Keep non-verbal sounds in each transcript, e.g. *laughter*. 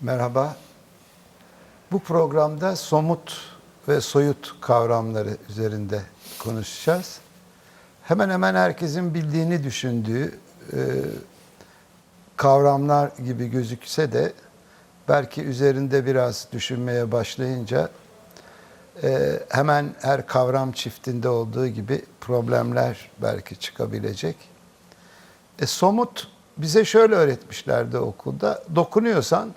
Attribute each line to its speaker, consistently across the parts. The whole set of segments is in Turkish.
Speaker 1: Merhaba. Bu programda somut ve soyut kavramları üzerinde konuşacağız. Hemen hemen herkesin bildiğini düşündüğü e, kavramlar gibi gözükse de belki üzerinde biraz düşünmeye başlayınca e, hemen her kavram çiftinde olduğu gibi problemler belki çıkabilecek. E, somut bize şöyle öğretmişlerdi okulda. Dokunuyorsan,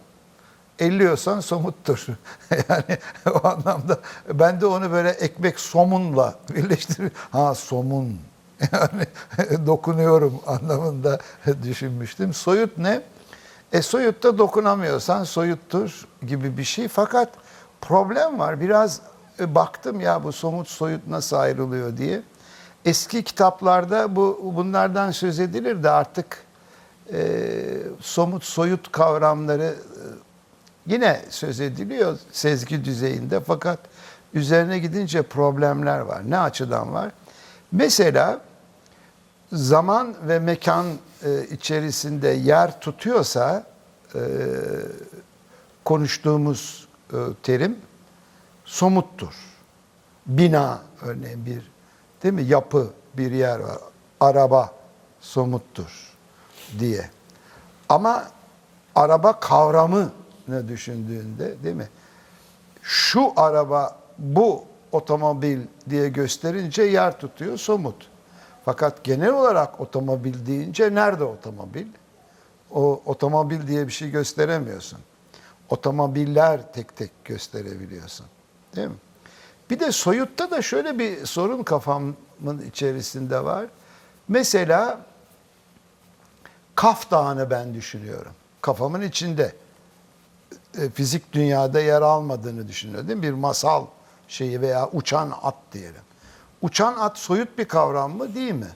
Speaker 1: elliyorsan somuttur. *laughs* yani o anlamda ben de onu böyle ekmek somunla birleştirip ha somun *laughs* yani dokunuyorum anlamında düşünmüştüm. Soyut ne? E soyutta dokunamıyorsan soyuttur gibi bir şey. Fakat problem var. Biraz e, baktım ya bu somut soyut nasıl ayrılıyor diye. Eski kitaplarda bu bunlardan söz edilir de artık e, somut soyut kavramları e, yine söz ediliyor sezgi düzeyinde fakat üzerine gidince problemler var. Ne açıdan var? Mesela zaman ve mekan e, içerisinde yer tutuyorsa e, konuştuğumuz e, terim somuttur bina örneğin bir değil mi yapı bir yer var. Araba somuttur diye. Ama araba kavramı ne düşündüğünde değil mi? Şu araba bu otomobil diye gösterince yer tutuyor somut. Fakat genel olarak otomobil deyince nerede otomobil? O otomobil diye bir şey gösteremiyorsun. Otomobiller tek tek gösterebiliyorsun. Değil mi? Bir de soyutta da şöyle bir sorun kafamın içerisinde var. Mesela Kaf Dağı'nı ben düşünüyorum. Kafamın içinde. E, Fizik dünyada yer almadığını düşünüyorum değil mi? Bir masal şeyi veya uçan at diyelim. Uçan at soyut bir kavram mı değil mi?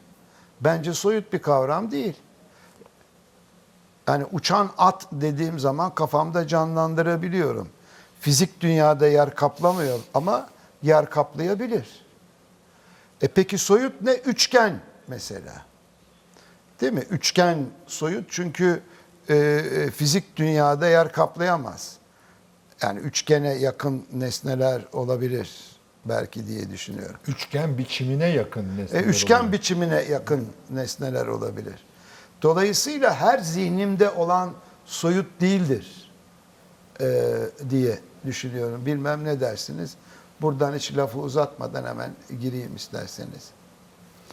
Speaker 1: Bence soyut bir kavram değil. Yani uçan at dediğim zaman kafamda canlandırabiliyorum. Fizik dünyada yer kaplamıyor ama yer kaplayabilir. E peki soyut ne? Üçgen mesela. Değil mi? Üçgen soyut çünkü e, e, fizik dünyada yer kaplayamaz. Yani üçgene yakın nesneler olabilir belki diye düşünüyorum.
Speaker 2: Üçgen biçimine yakın nesneler
Speaker 1: E, üçgen
Speaker 2: oluyor.
Speaker 1: biçimine yakın nesneler olabilir. Dolayısıyla her zihnimde olan soyut değildir e, diye düşünüyorum. Bilmem ne dersiniz. Buradan hiç lafı uzatmadan hemen gireyim isterseniz.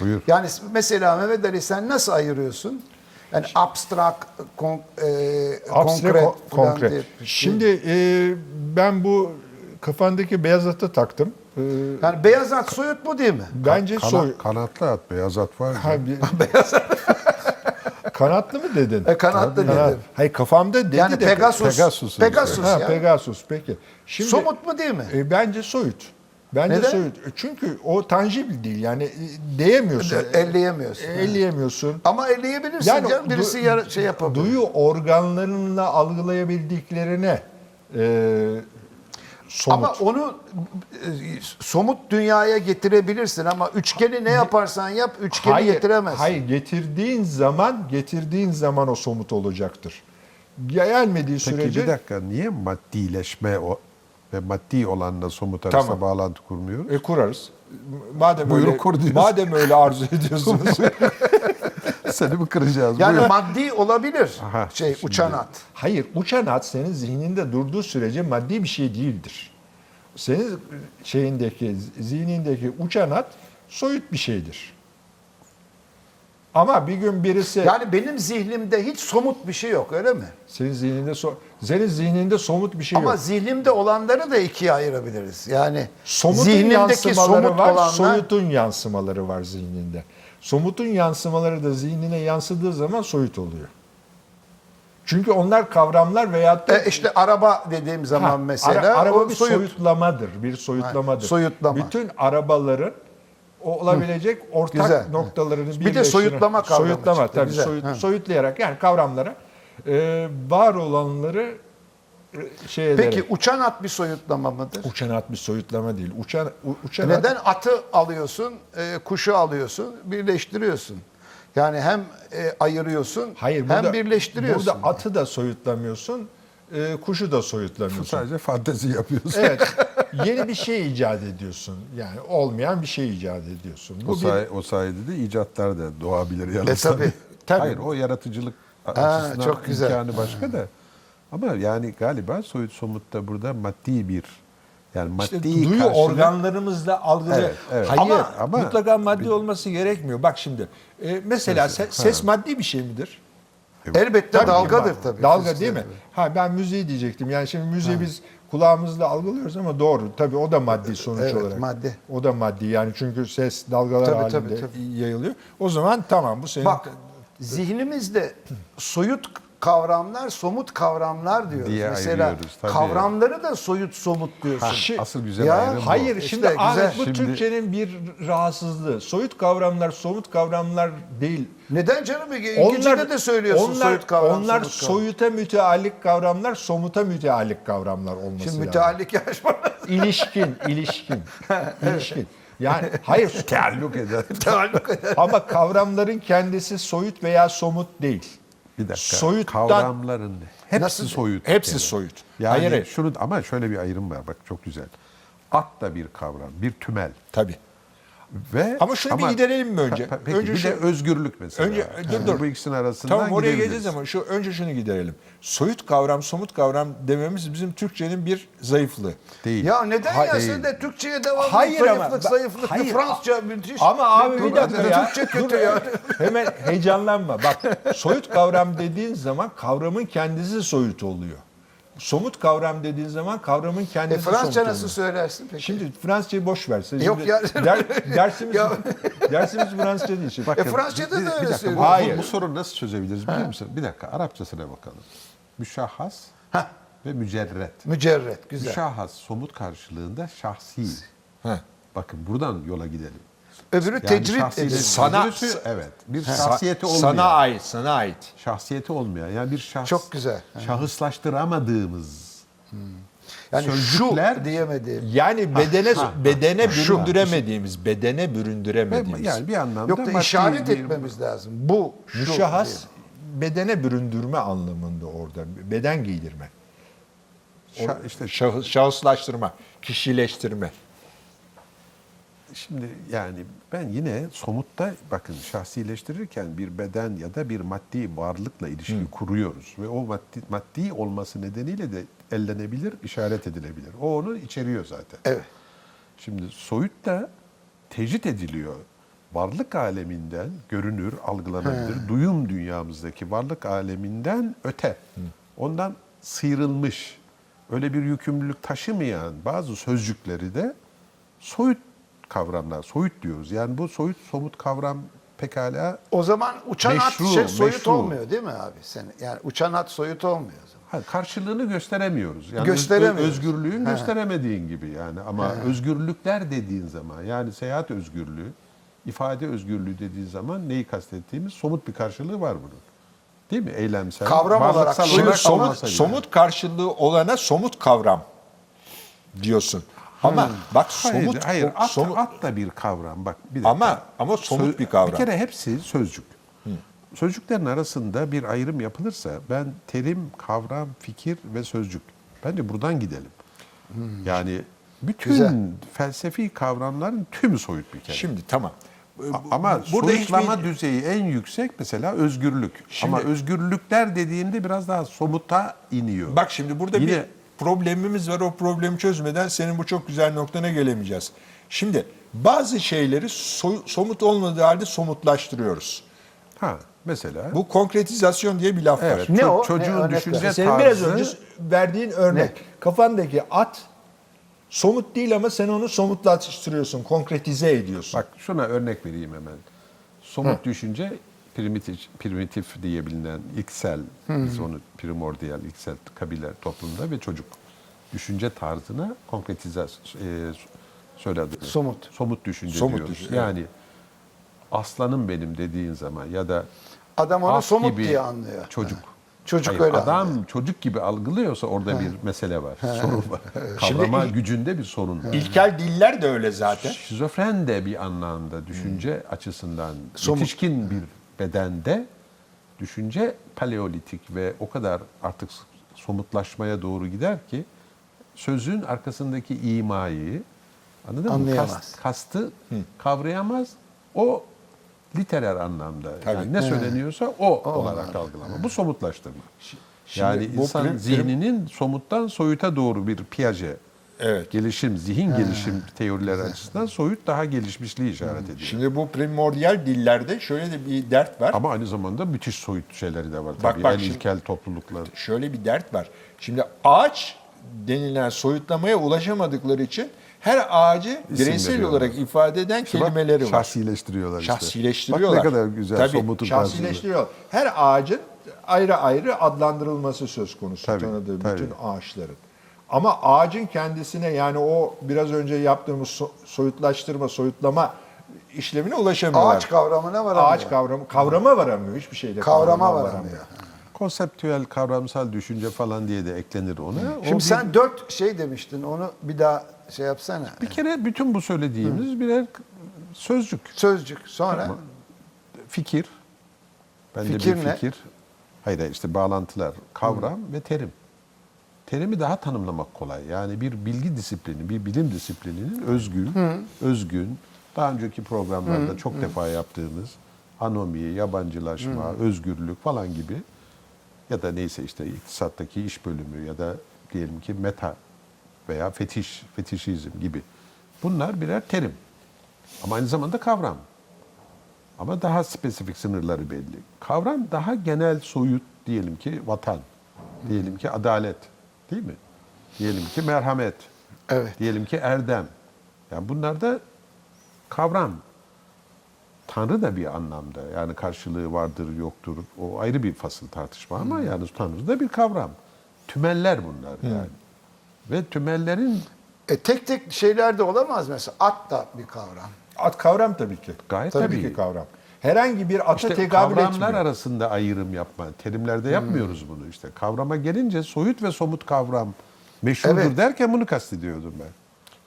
Speaker 3: Buyur.
Speaker 1: Yani mesela Mehmet Ali sen nasıl ayırıyorsun? Yani abstrak, kon, e,
Speaker 2: Abstre-
Speaker 1: konkret,
Speaker 2: kon-
Speaker 1: falan
Speaker 2: konkret.
Speaker 1: diye- şey.
Speaker 2: Şimdi e, ben bu kafandaki beyaz atı taktım. E,
Speaker 1: yani beyaz at soyut mu değil mi?
Speaker 2: bence
Speaker 3: Kana-
Speaker 2: soy...
Speaker 3: Kanatlı at, beyaz at var.
Speaker 1: *laughs*
Speaker 3: ya.
Speaker 2: Ha, bir- kanatlı mı dedin?
Speaker 1: E, kanatlı
Speaker 2: Kanat-
Speaker 1: dedim.
Speaker 2: Hayır kafamda dedi
Speaker 1: Yani
Speaker 2: de.
Speaker 1: Pegasus. Pegasus,
Speaker 3: Pegasus'un
Speaker 2: Ha,
Speaker 1: ya.
Speaker 2: Pegasus peki. Şimdi,
Speaker 1: Somut mu değil mi?
Speaker 2: E, bence soyut. Bence
Speaker 1: Neden?
Speaker 2: soyut. E, Çünkü o tangible değil yani e, değemiyorsun.
Speaker 1: E, elleyemiyorsun.
Speaker 2: Elleyemiyorsun.
Speaker 1: Ama elleyebilirsin
Speaker 2: Yani
Speaker 1: canım. Birisi
Speaker 2: du-
Speaker 1: yara- şey yapabilir.
Speaker 2: Duyu organlarınla algılayabildiklerine e, somut.
Speaker 1: Ama onu e, somut dünyaya getirebilirsin ama üçgeni ne yaparsan yap üçgeni getiremezsin.
Speaker 2: Hayır getirdiğin zaman getirdiğin zaman o somut olacaktır. Gelmediği
Speaker 3: Peki
Speaker 2: sürece
Speaker 3: bir dakika niye maddileşme o ve maddi olanla somut arasında
Speaker 2: Tamam.
Speaker 3: bağlantı kurmuyoruz? *laughs*
Speaker 2: e, kurarız. Madem
Speaker 3: Buyurun
Speaker 2: öyle
Speaker 3: kur diyorsun.
Speaker 2: madem öyle arzu
Speaker 3: *laughs*
Speaker 2: ediyorsunuz.
Speaker 3: Seni mi kıracağız?
Speaker 1: yani
Speaker 3: Buyur.
Speaker 1: maddi olabilir
Speaker 3: Aha,
Speaker 1: şey
Speaker 3: şimdi-
Speaker 1: uçan at.
Speaker 2: Hayır, uçan at senin zihninde durduğu sürece maddi bir şey değildir. Senin şeyindeki, zihnindeki uçan at soyut bir şeydir. Ama bir gün birisi
Speaker 1: Yani benim zihnimde hiç somut bir şey yok öyle mi?
Speaker 2: senin zihninde so, senin zihninde somut bir şey
Speaker 1: Ama
Speaker 2: yok.
Speaker 1: zihnimde olanları da ikiye ayırabiliriz. Yani
Speaker 2: Somutun
Speaker 1: zihnimdeki
Speaker 2: yansımaları
Speaker 1: somut
Speaker 2: var,
Speaker 1: olanlar
Speaker 2: soyutun yansımaları var zihninde. Somutun yansımaları da zihnine yansıdığı zaman soyut oluyor. Çünkü onlar kavramlar veyahut da
Speaker 1: E, işte araba dediğim zaman
Speaker 2: Ha,
Speaker 1: mesela
Speaker 2: ara- araba
Speaker 1: o
Speaker 2: bir
Speaker 1: soyut.
Speaker 2: soyutlamadır. Bir soyutlamadır.
Speaker 1: Ha, soyutlama.
Speaker 2: Bütün arabaların o- olabilecek ortak
Speaker 1: Güzel.
Speaker 2: noktalarını
Speaker 1: Bir de
Speaker 2: birleştiren-
Speaker 1: soyutlama kavramı
Speaker 2: Soyutlama
Speaker 1: çıktı.
Speaker 2: tabii.
Speaker 1: Güzel.
Speaker 2: soyut-
Speaker 1: Ha.
Speaker 2: soyutlayarak yani kavramlara e, var olanları e, şey ederek.
Speaker 1: Peki uçan at bir soyutlama mıdır?
Speaker 2: uçan at bir soyutlama değil. Uçan u- uçan at-
Speaker 1: E, Neden atı alıyorsun, e, kuşu alıyorsun, birleştiriyorsun? Yani hem e, ayırıyorsun,
Speaker 2: Hayır,
Speaker 1: hem
Speaker 2: burada,
Speaker 1: birleştiriyorsun.
Speaker 2: Burada atı da soyutlamıyorsun, e, kuşu da soyutlamıyorsun.
Speaker 3: Sadece fantezi yapıyorsun.
Speaker 2: Evet. Yeni bir şey icat ediyorsun. Yani olmayan bir şey icat ediyorsun.
Speaker 3: O,
Speaker 2: bir-
Speaker 3: say- o sayede de icatlar da doğabilir yalnız.
Speaker 1: E, tabii.
Speaker 2: Tabii.
Speaker 3: Hayır o yaratıcılık
Speaker 1: Ha,
Speaker 3: açısından
Speaker 1: çok güzel.
Speaker 3: imkanı başka da. Ama yani galiba soyut somutta burada maddi bir yani maddi
Speaker 2: İşte duyu
Speaker 3: karşılık-
Speaker 2: organlarımızla algılıyor.
Speaker 3: Evet, evet.
Speaker 2: Hayır, ama,
Speaker 3: Ama- ama-
Speaker 2: mutlaka maddi olması gerekmiyor. Bak şimdi e, mesela se- ses maddi bir şey midir?
Speaker 1: Elbette
Speaker 2: Tabii
Speaker 1: dalgadır
Speaker 2: ki.
Speaker 1: tabii.
Speaker 2: Dalga
Speaker 1: Fizikte
Speaker 2: değil mi?
Speaker 1: tabii.
Speaker 2: Ha ben müziği diyecektim. Yani şimdi müziği biz kulağımızla algılıyoruz ama doğru. Tabii o da maddi sonuç
Speaker 1: Evet,
Speaker 2: olarak.
Speaker 1: maddi.
Speaker 2: O da maddi. Yani çünkü ses dalgalar
Speaker 1: Tabii,
Speaker 2: halinde
Speaker 1: tabii, tabii.
Speaker 2: yayılıyor. O zaman tamam bu senin
Speaker 1: Bak zihnimizde soyut kavramlar, somut kavramlar diyoruz.
Speaker 3: Diye
Speaker 1: Mesela
Speaker 3: ayırıyoruz, tabii.
Speaker 1: kavramları da soyut somut diyorsun.
Speaker 3: Ha,
Speaker 2: Şi-
Speaker 3: asıl güzel
Speaker 1: Ya,
Speaker 3: ayrım bu.
Speaker 2: Hayır
Speaker 1: İşte
Speaker 2: şimdi Ahmet,
Speaker 1: güzel.
Speaker 2: bu
Speaker 3: Şimdi-
Speaker 2: Türkçenin bir rahatsızlığı. Soyut kavramlar somut kavramlar değil.
Speaker 1: Neden canım? İngilizce'de de söylüyorsun
Speaker 2: onlar,
Speaker 1: soyut kavram,
Speaker 2: Onlar
Speaker 1: somut kavram.
Speaker 2: soyuta müteallik kavramlar, somuta müteallik kavramlar olması
Speaker 1: Şimdi
Speaker 2: lazım.
Speaker 1: müteallik yaşma.
Speaker 2: *laughs* İlişkin,
Speaker 1: *laughs*
Speaker 2: ilişkin, ilişkin. Yani hayır
Speaker 3: Tealluk eder.
Speaker 2: *laughs*
Speaker 1: Müteallik
Speaker 2: ama kavramların kendisi soyut veya somut değil.
Speaker 3: Bir dakika.
Speaker 2: Soyuttan-
Speaker 3: Kavramların hepsi
Speaker 1: Nasıl-
Speaker 3: soyut.
Speaker 2: Hepsi
Speaker 3: Yani.
Speaker 2: soyut.
Speaker 3: Yani
Speaker 2: hayır, hayır.
Speaker 3: şunu ama şöyle bir ayrım var bak çok güzel. At da bir kavram, bir tümel
Speaker 2: Tabii.
Speaker 3: ve
Speaker 2: Ama şunu bir giderelim mi önce?
Speaker 3: Ha, Peki,
Speaker 2: Önce
Speaker 3: bir
Speaker 2: şu-
Speaker 3: de özgürlük mesela.
Speaker 2: Önce-
Speaker 3: Yani
Speaker 2: dur, dur.
Speaker 3: Bu ikisinin arasından
Speaker 2: Tamam oraya
Speaker 3: gidebiliriz.
Speaker 2: geleceğiz ama şu önce şunu giderelim. Soyut kavram, somut kavram dememiz bizim Türkçenin bir zayıflığı.
Speaker 3: Değil.
Speaker 1: Ya neden
Speaker 3: Ha-
Speaker 1: ya
Speaker 3: değil.
Speaker 1: sen de Türkçe'ye devam
Speaker 2: Hayır
Speaker 1: zayıflık,
Speaker 2: ama-
Speaker 1: zayıflık,
Speaker 2: hayır.
Speaker 1: Fransızca müthiş.
Speaker 2: Ama abi bir
Speaker 1: Dur,
Speaker 2: dakika ya.
Speaker 1: Türkçe
Speaker 2: Dur
Speaker 1: kötü
Speaker 2: ya.
Speaker 1: ya.
Speaker 2: Hemen heyecanlanma. Bak soyut kavram dediğin zaman kavramın kendisi soyut oluyor. Somut kavram dediğin zaman kavramın
Speaker 1: E,
Speaker 2: kendisi somut
Speaker 1: Fransızca
Speaker 2: oluyor.
Speaker 1: nasıl söylersin peki? E,
Speaker 2: Şimdi Fransızcayı boş ver. Sen
Speaker 1: Yok
Speaker 2: şimdi
Speaker 1: ya. *laughs*
Speaker 2: der- dersimiz,
Speaker 1: Ya.
Speaker 2: dersimiz Fransızca değil. Şimdi.
Speaker 1: E, Fransızca'da da
Speaker 3: Bir- bir
Speaker 1: öyle
Speaker 3: dakika, bu-
Speaker 1: söylüyor.
Speaker 3: bu,
Speaker 2: Hayır.
Speaker 3: Bu, sorunu nasıl çözebiliriz biliyor musun? Bir dakika Arapçasına bakalım. Müşahhas
Speaker 1: Hah,
Speaker 3: ve mücerret.
Speaker 1: mücerret, güzel.
Speaker 3: Müşahhas somut karşılığında şahsi.
Speaker 2: Ha.
Speaker 3: Bakın buradan yola gidelim.
Speaker 1: Öbürü tecrit
Speaker 3: şahsiyetin
Speaker 1: edilir.
Speaker 2: Sana-
Speaker 3: sözcüsü, evet. Bir
Speaker 2: e, Sa-
Speaker 3: şahsiyeti olmayan.
Speaker 2: Sana ait, sana ait.
Speaker 3: Şahsiyeti olmayan. Yani bir şahs.
Speaker 1: Çok güzel.
Speaker 3: Şahıslaştıramadığımız.
Speaker 1: Yani şu
Speaker 3: sözcükler-
Speaker 1: diyemediğim.
Speaker 2: Yani bedene bedene
Speaker 3: Şu.
Speaker 2: büründüremediğimiz, bedene büründüremediğimiz.
Speaker 3: Yani bir anlamda
Speaker 1: Yok da
Speaker 3: maddi
Speaker 1: işaret
Speaker 3: bir-
Speaker 1: etmemiz lazım. Bu, şu
Speaker 2: Müşahhas
Speaker 1: diye.
Speaker 2: bedene büründürme anlamında orada. Beden giydirme.
Speaker 3: Şa- işte
Speaker 2: Şahı- şahıslaştırma, kişileştirme.
Speaker 3: Şimdi yani ben yine somutta bakın şahsileştirirken bir beden ya da bir maddi varlıkla ilişki kuruyoruz ve o maddi, maddi olması nedeniyle de ellenebilir, işaret edilebilir. O onu içeriyor zaten.
Speaker 1: Evet.
Speaker 3: Şimdi soyut da tecrit ediliyor. Varlık aleminden görünür, algılanabilir, duyum dünyamızdaki varlık aleminden öte. Ondan sıyrılmış, öyle bir yükümlülük taşımayan bazı sözcükleri de soyut kavramlar, soyut diyoruz. Yani bu soyut somut kavram pekala
Speaker 1: O zaman uçan at
Speaker 3: Meşru,
Speaker 1: şey, soyut
Speaker 3: meşru.
Speaker 1: olmuyor değil mi abi? Sen, yani uçan at soyut olmuyor o zaman.
Speaker 3: ha, karşılığını gösteremiyoruz. Yani öz-
Speaker 1: Gösteremiyoruz.
Speaker 3: özgürlüğün gösteremediğin gibi yani ama özgürlükler dediğin zaman yani seyahat özgürlüğü, ifade özgürlüğü dediğin zaman neyi kastettiğimiz somut bir karşılığı var bunun. Değil mi? Eylemsel.
Speaker 1: Kavram olarak,
Speaker 3: varlıksal
Speaker 1: Şimdi
Speaker 2: Şimdi somut,
Speaker 3: olmasa bile.
Speaker 2: somut karşılığı olana somut kavram diyorsun. Ama bak
Speaker 3: Hmm. Hayır,
Speaker 2: somut
Speaker 3: hayır at,
Speaker 2: somut-
Speaker 3: at da bir kavram bak. Bir dakika.
Speaker 2: ama ama somut
Speaker 3: Sö-
Speaker 2: bir kavram.
Speaker 3: Bir kere hepsi sözcük. Sözcüklerin arasında bir ayrım yapılırsa ben terim, kavram, fikir ve sözcük. Bence buradan gidelim.
Speaker 2: Hmm.
Speaker 3: Yani bütün
Speaker 1: Güzel.
Speaker 3: felsefi kavramların tümü soyut bir kere.
Speaker 2: Şimdi tamam.
Speaker 3: A- Ama
Speaker 2: Burada
Speaker 3: Burada
Speaker 2: hiçbir-
Speaker 3: soyutlama düzeyi en yüksek mesela özgürlük.
Speaker 2: Şimdi-
Speaker 3: Ama özgürlükler dediğimde biraz daha somuta iniyor.
Speaker 2: Bak şimdi burada bir
Speaker 3: Yine-
Speaker 2: problemimiz var. O problemi çözmeden senin bu çok güzel noktana gelemeyeceğiz. Şimdi bazı şeyleri soy- somut olmadığı halde somutlaştırıyoruz.
Speaker 3: ha mesela
Speaker 2: Bu konkretizasyon diye bir laf var.
Speaker 3: evet,
Speaker 1: Ne
Speaker 3: ço-
Speaker 1: o? Ne
Speaker 3: çocuğun
Speaker 1: örnek ver?
Speaker 3: düşünce tarzı
Speaker 2: Senin biraz önce verdiğin örnek.
Speaker 1: Ne?
Speaker 2: Kafandaki at somut değil ama sen onu somutlaştırıyorsun, konkretize ediyorsun.
Speaker 3: Bak şuna örnek vereyim hemen. Somut düşünce primitif, primitif diye bilinen ilksel, biz onu primordial, ilksel kabiler toplumda ve çocuk düşünce tarzına konkretizasyon e, söyledi.
Speaker 1: Somut.
Speaker 3: Somut düşünce
Speaker 2: Somut
Speaker 3: diyoruz.
Speaker 2: düşünce,
Speaker 3: yani aslanım benim dediğin zaman ya da
Speaker 1: Adam onu
Speaker 3: at
Speaker 1: somut
Speaker 3: gibi
Speaker 1: diye anlıyor.
Speaker 3: Çocuk.
Speaker 1: Çocuk
Speaker 3: Hayır,
Speaker 1: öyle
Speaker 3: adam
Speaker 1: anlıyor.
Speaker 3: çocuk gibi algılıyorsa orada bir mesele var. Sorun
Speaker 1: *laughs*
Speaker 3: var.
Speaker 2: Şimdi
Speaker 3: Kavrama
Speaker 2: il-
Speaker 3: gücünde bir sorun var.
Speaker 2: İlkel diller de öyle zaten.
Speaker 3: Şizofren de bir anlamda düşünce açısından
Speaker 1: Somut.
Speaker 3: yetişkin bir bedende düşünce paleolitik ve o kadar artık somutlaşmaya doğru gider ki sözün arkasındaki imayı anladın
Speaker 1: Anlayamaz.
Speaker 3: mı? Kast- kastı kavrayamaz. O literer anlamda.
Speaker 2: Tabii.
Speaker 3: Yani ne söyleniyorsa o, olarak algılama. Bu somutlaştırma.
Speaker 2: Şimdi
Speaker 3: yani
Speaker 2: bu
Speaker 3: insan
Speaker 2: prim- prim-
Speaker 3: zihninin somuttan soyuta doğru bir piyaje
Speaker 2: Evet.
Speaker 3: gelişim, zihin gelişim teorileri açısından soyut daha gelişmişliği işaret ediyor.
Speaker 2: Şimdi bu primordial dillerde şöyle de bir dert var.
Speaker 3: Ama aynı zamanda müthiş soyut şeyleri de var
Speaker 2: Bak,
Speaker 3: tabii.
Speaker 2: bak
Speaker 3: en
Speaker 2: şimdi-
Speaker 3: ilkel topluluklar.
Speaker 2: Şöyle bir dert var. Şimdi ağaç denilen soyutlamaya ulaşamadıkları için her ağacı bireysel
Speaker 3: veriyorlar.
Speaker 2: olarak ifade eden
Speaker 3: Bak,
Speaker 2: kelimeleri var.
Speaker 3: Şahsileştiriyorlar işte.
Speaker 2: Şahsileştiriyorlar.
Speaker 3: Bak ne kadar güzel
Speaker 2: Tabii,
Speaker 3: somutun tarzında.
Speaker 2: şahsileştiriyor. Her ağacın ayrı ayrı adlandırılması söz konusu
Speaker 3: Tabii,
Speaker 2: tanıdığı
Speaker 3: tabii.
Speaker 2: bütün ağaçların. Ama ağacın kendisine yani o biraz önce yaptığımız so- soyutlaştırma, soyutlama işlemine ulaşamıyorlar.
Speaker 1: Ağaç kavramına varamıyor.
Speaker 2: Ağaç kavramı kavrama varamıyor hiçbir şeyde.
Speaker 1: Kavrama
Speaker 2: kavrama
Speaker 1: varamıyor.
Speaker 3: Konseptüel kavramsal düşünce falan diye de eklenir ona. O
Speaker 1: Şimdi
Speaker 3: bir-
Speaker 1: sen dört şey demiştin. Onu bir daha şey yapsana.
Speaker 3: bir kere bütün bu söylediğimiz birer sözcük,
Speaker 1: Sözcük. Sonra
Speaker 3: fikir. Ben
Speaker 1: Fikir
Speaker 3: de
Speaker 1: ne?
Speaker 3: bir
Speaker 1: Hmm.
Speaker 3: fikir. Hayır hayır, işte bağlantılar, kavram ve terim. Terimi daha tanımlamak kolay. Yani bir bilgi disiplini, bir bilim disiplininin özgün,
Speaker 1: Hmm.
Speaker 3: özgün, daha önceki programlarda çok defa yaptığımız anomi, yabancılaşma,
Speaker 1: Hmm.
Speaker 3: özgürlük falan gibi ya da neyse işte iktisattaki iş bölümü ya da diyelim ki meta veya fetiş, fetişizm gibi. Bunlar birer terim. Ama aynı zamanda kavram. Ama daha spesifik sınırları belli. Kavram daha genel soyut diyelim ki vatan, diyelim ki adalet değil mi? Diyelim ki merhamet,
Speaker 1: Evet.
Speaker 3: diyelim ki erdem. Yani bunlar da kavram. Tanrı da bir anlamda yani karşılığı vardır yoktur o ayrı bir fasıl tartışma ama yani Tanrı da bir kavram. Tümeller bunlar yani. Ve tümellerin
Speaker 1: e, tek tek şeyler de olamaz mesela. At da bir kavram.
Speaker 2: At kavram tabii ki.
Speaker 3: Gayet
Speaker 2: tabii,
Speaker 3: tabii.
Speaker 2: ki kavram. Herhangi bir ata
Speaker 3: İşte
Speaker 2: tekabül
Speaker 3: kavramlar
Speaker 2: etmiyor.
Speaker 3: arasında ayrım yapma. Terimlerde yapmıyoruz bunu işte. Kavrama gelince soyut ve somut kavram meşhurdur
Speaker 1: Evet.
Speaker 3: derken bunu kastediyordum ben.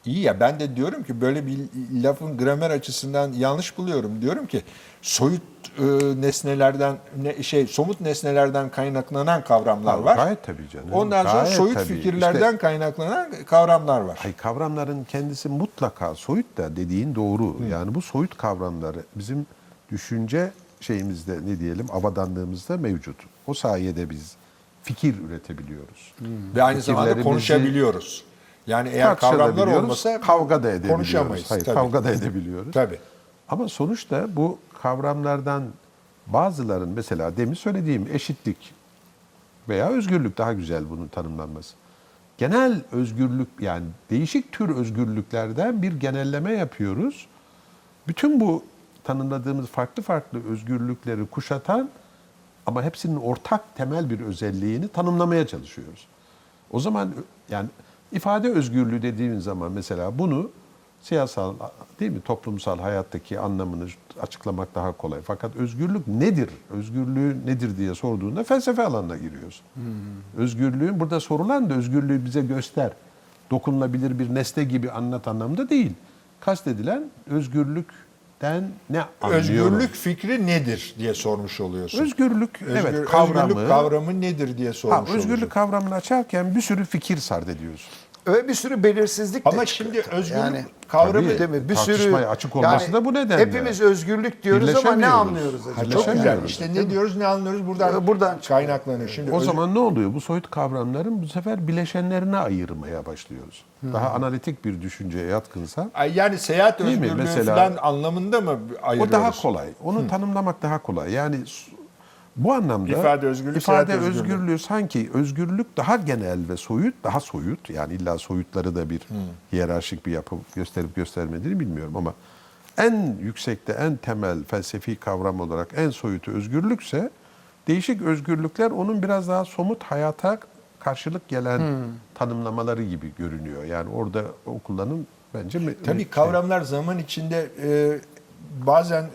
Speaker 2: İyi ya ben de diyorum ki böyle bir lafın gramer açısından yanlış buluyorum. Diyorum ki soyut e, nesnelerden ne şey somut nesnelerden kaynaklanan kavramlar
Speaker 3: Ha,
Speaker 2: var.
Speaker 3: gayet tabii canım,
Speaker 2: Ondan sonra
Speaker 3: gayet
Speaker 2: soyut
Speaker 3: tabii.
Speaker 2: fikirlerden
Speaker 3: İşte-
Speaker 2: kaynaklanan kavramlar var.
Speaker 3: Ay kavramların kendisi mutlaka soyut da dediğin doğru. Yani bu soyut kavramları bizim düşünce şeyimizde ne diyelim avadanlığımızda mevcut. O sayede biz fikir üretebiliyoruz.
Speaker 2: Ve aynı zamanda
Speaker 3: Fikirlerimizi
Speaker 2: konuşabiliyoruz. Yani eğer kavramlar
Speaker 3: Tartışabiliyoruz,
Speaker 2: olmasa
Speaker 3: kavga da edebiliyoruz.
Speaker 2: konuşamayız.
Speaker 3: Hayır,
Speaker 2: tabii.
Speaker 3: kavga da edebiliyoruz.
Speaker 2: Tabii.
Speaker 3: Ama sonuçta bu kavramlardan bazıların mesela demin söylediğim eşitlik veya özgürlük daha güzel bunun tanımlanması. Genel özgürlük yani değişik tür özgürlüklerden bir genelleme yapıyoruz. Bütün bu tanımladığımız farklı farklı özgürlükleri kuşatan ama hepsinin ortak temel bir özelliğini tanımlamaya çalışıyoruz. O zaman ö- yani ifade özgürlüğü dediğimiz zaman mesela bunu siyasal değil mi toplumsal hayattaki anlamını açıklamak daha kolay. Fakat özgürlük nedir? Özgürlüğü nedir diye sorduğunda felsefe alanına giriyorsun. Özgürlüğün burada sorulan da özgürlüğü bize göster. Dokunulabilir bir nesne gibi anlat anlamda değil. Kastedilen özgürlükten ne anlıyoruz?
Speaker 2: Özgürlük fikri nedir diye sormuş oluyorsun.
Speaker 3: Özgürlük,
Speaker 2: Özgür-
Speaker 3: evet kavramı.
Speaker 2: özgürlük kavramı nedir diye sormuş
Speaker 3: ha,
Speaker 2: oluyorsun.
Speaker 3: özgürlük kavramını açarken bir sürü fikir sard ediyorsun.
Speaker 1: Ve bir sürü belirsizlik de
Speaker 2: Ama
Speaker 1: çıkıyor
Speaker 2: şimdi
Speaker 1: tabii.
Speaker 2: özgürlük kavramı
Speaker 3: Tabii.
Speaker 1: değil mi? Bir sürü
Speaker 3: Tartışmaya açık olması da bu nedenle.
Speaker 1: Hepimiz özgürlük diyoruz ama ne
Speaker 3: Birleşemiyoruz.
Speaker 1: anlıyoruz acaba?
Speaker 2: Çok
Speaker 3: Birleşemiyoruz.
Speaker 2: güzel. İşte ne diyoruz ne anlıyoruz buradan
Speaker 1: Ya buradan çıkıyor.
Speaker 2: kaynaklanıyor. Şimdi
Speaker 3: Ee, O
Speaker 2: öz-
Speaker 3: zaman ne oluyor? Bu soyut kavramların bu sefer bileşenlerine ayırmaya başlıyoruz. Daha analitik bir düşünceye yatkınsa
Speaker 2: Ay yani seyahat
Speaker 3: Değil mi?
Speaker 2: özgürlüğü
Speaker 3: Mesela-
Speaker 2: falan anlamında mı ayırıyoruz?
Speaker 3: o daha kolay. Onu tanımlamak daha kolay. Yani s- bu anlamda
Speaker 2: İfade özgürlüğü,
Speaker 3: ifade
Speaker 2: seyahat özgürlüğü.
Speaker 3: özgürlüğü. sanki özgürlük daha genel ve soyut, daha soyut. Yani illa soyutları da bir hiyerarşik bir yapı gösterip göstermediğini bilmiyorum ama en yüksekte, en temel felsefi kavram olarak en soyutu özgürlükse değişik özgürlükler onun biraz daha somut hayata karşılık gelen tanımlamaları gibi görünüyor. Yani orada o kullanım bence mi-
Speaker 2: Tabii kavramlar zaman içinde e, bazen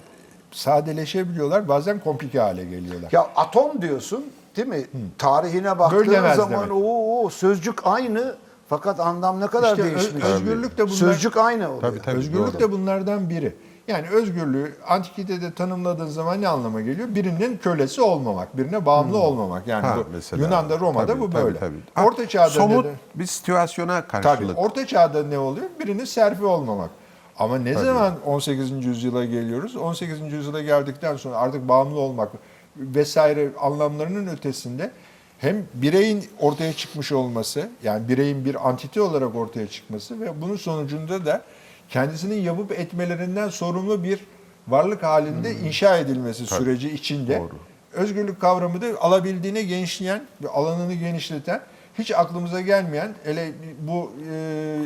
Speaker 2: sadeleşebiliyorlar, bazen komplike hale geliyorlar.
Speaker 1: Ya atom diyorsun değil mi? Tarihine baktığın
Speaker 2: Bölünemez
Speaker 1: zaman
Speaker 2: demek.
Speaker 1: o sözcük aynı fakat anlam ne kadar
Speaker 2: İşte ö-
Speaker 1: değişmiş.
Speaker 2: özgürlük de bundan-
Speaker 1: Sözcük aynı oluyor.
Speaker 3: Tabii, tabii,
Speaker 2: özgürlük
Speaker 3: doğru.
Speaker 2: de bunlardan biri. Yani özgürlüğü antikitede tanımladığın zaman ne anlama geliyor? Birinin kölesi olmamak, birine bağımlı olmamak. Yani
Speaker 3: Hmm. Ha,
Speaker 2: Hani bu
Speaker 3: mesela.
Speaker 2: Yunan'da, Roma'da
Speaker 3: Tabii,
Speaker 2: bu
Speaker 3: tabii,
Speaker 2: böyle.
Speaker 3: tabii. Ha,
Speaker 2: Orta çağda
Speaker 3: somut
Speaker 2: ne de-
Speaker 3: bir situasyona
Speaker 2: Tabii.
Speaker 3: karşılık.
Speaker 2: Orta çağda ne oluyor? Birinin serfi olmamak. Ama ne zaman 18. yüzyıla geliyoruz? 18. yüzyıla geldikten sonra artık bağımlı olmak vesaire anlamlarının ötesinde hem bireyin ortaya çıkmış olması, yani bireyin bir antite olarak ortaya çıkması ve bunun sonucunda da kendisinin yapıp etmelerinden sorumlu bir varlık halinde inşa edilmesi süreci içinde
Speaker 3: Hmm. Doğru.
Speaker 2: özgürlük kavramı da alabildiğine genişleyen ve alanını genişleten hiç aklımıza gelmeyen hele bu e,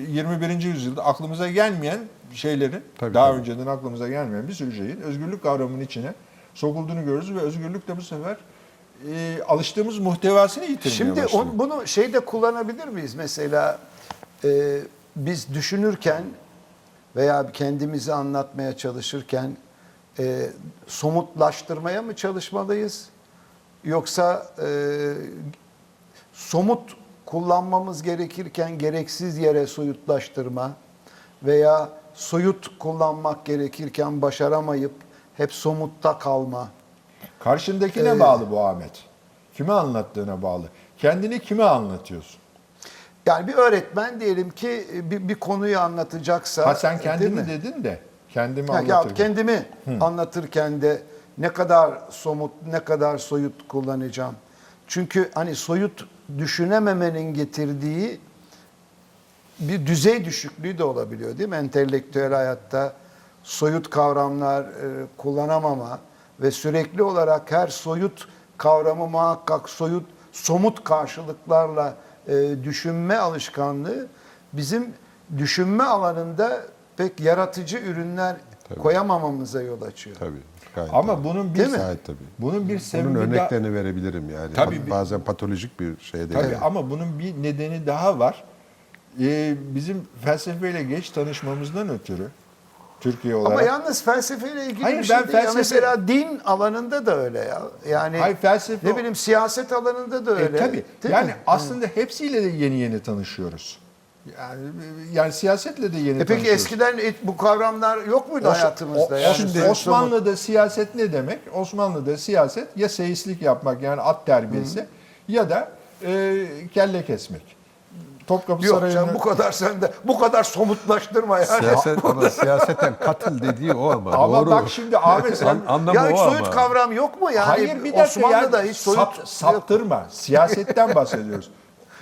Speaker 2: 21. yüzyılda aklımıza gelmeyen şeylerin
Speaker 3: Tabii,
Speaker 2: daha
Speaker 3: tabii.
Speaker 2: önceden aklımıza gelmeyen bir sürü şeyin özgürlük kavramının içine sokulduğunu görürüz ve özgürlük de bu sefer e, alıştığımız muhtevasını yitirmeye
Speaker 1: Şimdi
Speaker 2: başlıyor.
Speaker 1: on, bunu şeyde kullanabilir miyiz? Mesela e, biz düşünürken veya kendimizi anlatmaya çalışırken e, somutlaştırmaya mı çalışmalıyız? Yoksa e, somut kullanmamız gerekirken gereksiz yere soyutlaştırma veya soyut kullanmak gerekirken başaramayıp hep somutta kalma.
Speaker 2: Karşındakine
Speaker 1: Ee,
Speaker 2: bağlı bu Ahmet. Kime anlattığına bağlı. Kendini kime anlatıyorsun?
Speaker 1: Yani bir öğretmen diyelim ki e, bir, bir konuyu anlatacaksa... e,
Speaker 2: Ha sen
Speaker 1: değil
Speaker 2: kendini
Speaker 1: mi?
Speaker 2: dedin de kendimi
Speaker 1: Ya- ya
Speaker 2: anlatırken.
Speaker 1: kendimi anlatırken de ne kadar somut, ne kadar soyut kullanacağım. Çünkü hani soyut düşünememenin getirdiği bir düzey düşüklüğü de olabiliyor değil mi? Entelektüel hayatta soyut kavramlar e, kullanamama ve sürekli olarak her soyut kavramı muhakkak soyut somut karşılıklarla e, düşünme alışkanlığı bizim düşünme alanında pek yaratıcı ürünler koyamamamıza yol açıyor.
Speaker 3: Tabii. Gayet
Speaker 2: Ama
Speaker 3: tabii.
Speaker 2: bunun bir
Speaker 1: Değil mi?
Speaker 3: Gayet tabii.
Speaker 2: bunun bir
Speaker 3: Bunun
Speaker 2: sebebi daha-
Speaker 3: örneklerini verebilirim yani. Hani
Speaker 2: Tabii bir-
Speaker 3: Bazen patolojik bir şey de.
Speaker 2: Tabii
Speaker 3: yani.
Speaker 2: ama bunun bir nedeni daha var. Ee, bizim felsefeyle geç tanışmamızdan ötürü Türkiye olarak.
Speaker 1: Ama yalnız felsefeyle ilgili
Speaker 2: Hayır,
Speaker 1: bir şey
Speaker 2: ben
Speaker 1: değil. Ya
Speaker 2: felsefe-
Speaker 1: Mesela din alanında da öyle ya. Yani
Speaker 2: Hayır, felsefe-
Speaker 1: ne bileyim siyaset alanında da
Speaker 2: E,
Speaker 1: öyle.
Speaker 2: tabii.
Speaker 1: Değil
Speaker 2: yani
Speaker 1: mi?
Speaker 2: aslında hepsiyle de yeni yeni tanışıyoruz. Yani yani siyasetle de yeni
Speaker 1: E peki
Speaker 2: tanışıyoruz.
Speaker 1: eskiden hiç bu kavramlar yok muydu
Speaker 2: Os-
Speaker 1: hayatımızda?
Speaker 2: o-
Speaker 1: yani?
Speaker 2: şimdi
Speaker 1: Soyut somut.
Speaker 2: Osmanlı'da siyaset ne demek? Osmanlı'da siyaset ya seyislik yapmak yani at terbiyesi ya da e, kelle kesmek. Topkapı
Speaker 1: Yok
Speaker 2: Sarayı'nın
Speaker 1: canım bu kadar sende. Bu kadar somutlaştırma yani.
Speaker 2: *laughs*
Speaker 3: Siyaset, ama siyaseten katıl dediği o ama.
Speaker 2: Ama
Speaker 3: doğru.
Speaker 2: bak
Speaker 1: *laughs*
Speaker 2: şimdi Ahmet sen
Speaker 3: An- anlamı
Speaker 1: ya hiç
Speaker 3: o
Speaker 1: soyut
Speaker 3: ama.
Speaker 1: kavram yok mu yani?
Speaker 2: Hayır bir dakika
Speaker 1: Osmanlı'da
Speaker 2: ya.
Speaker 1: hiç soyut
Speaker 2: Sap- saptırma. Siyasetten *laughs* bahsediyoruz.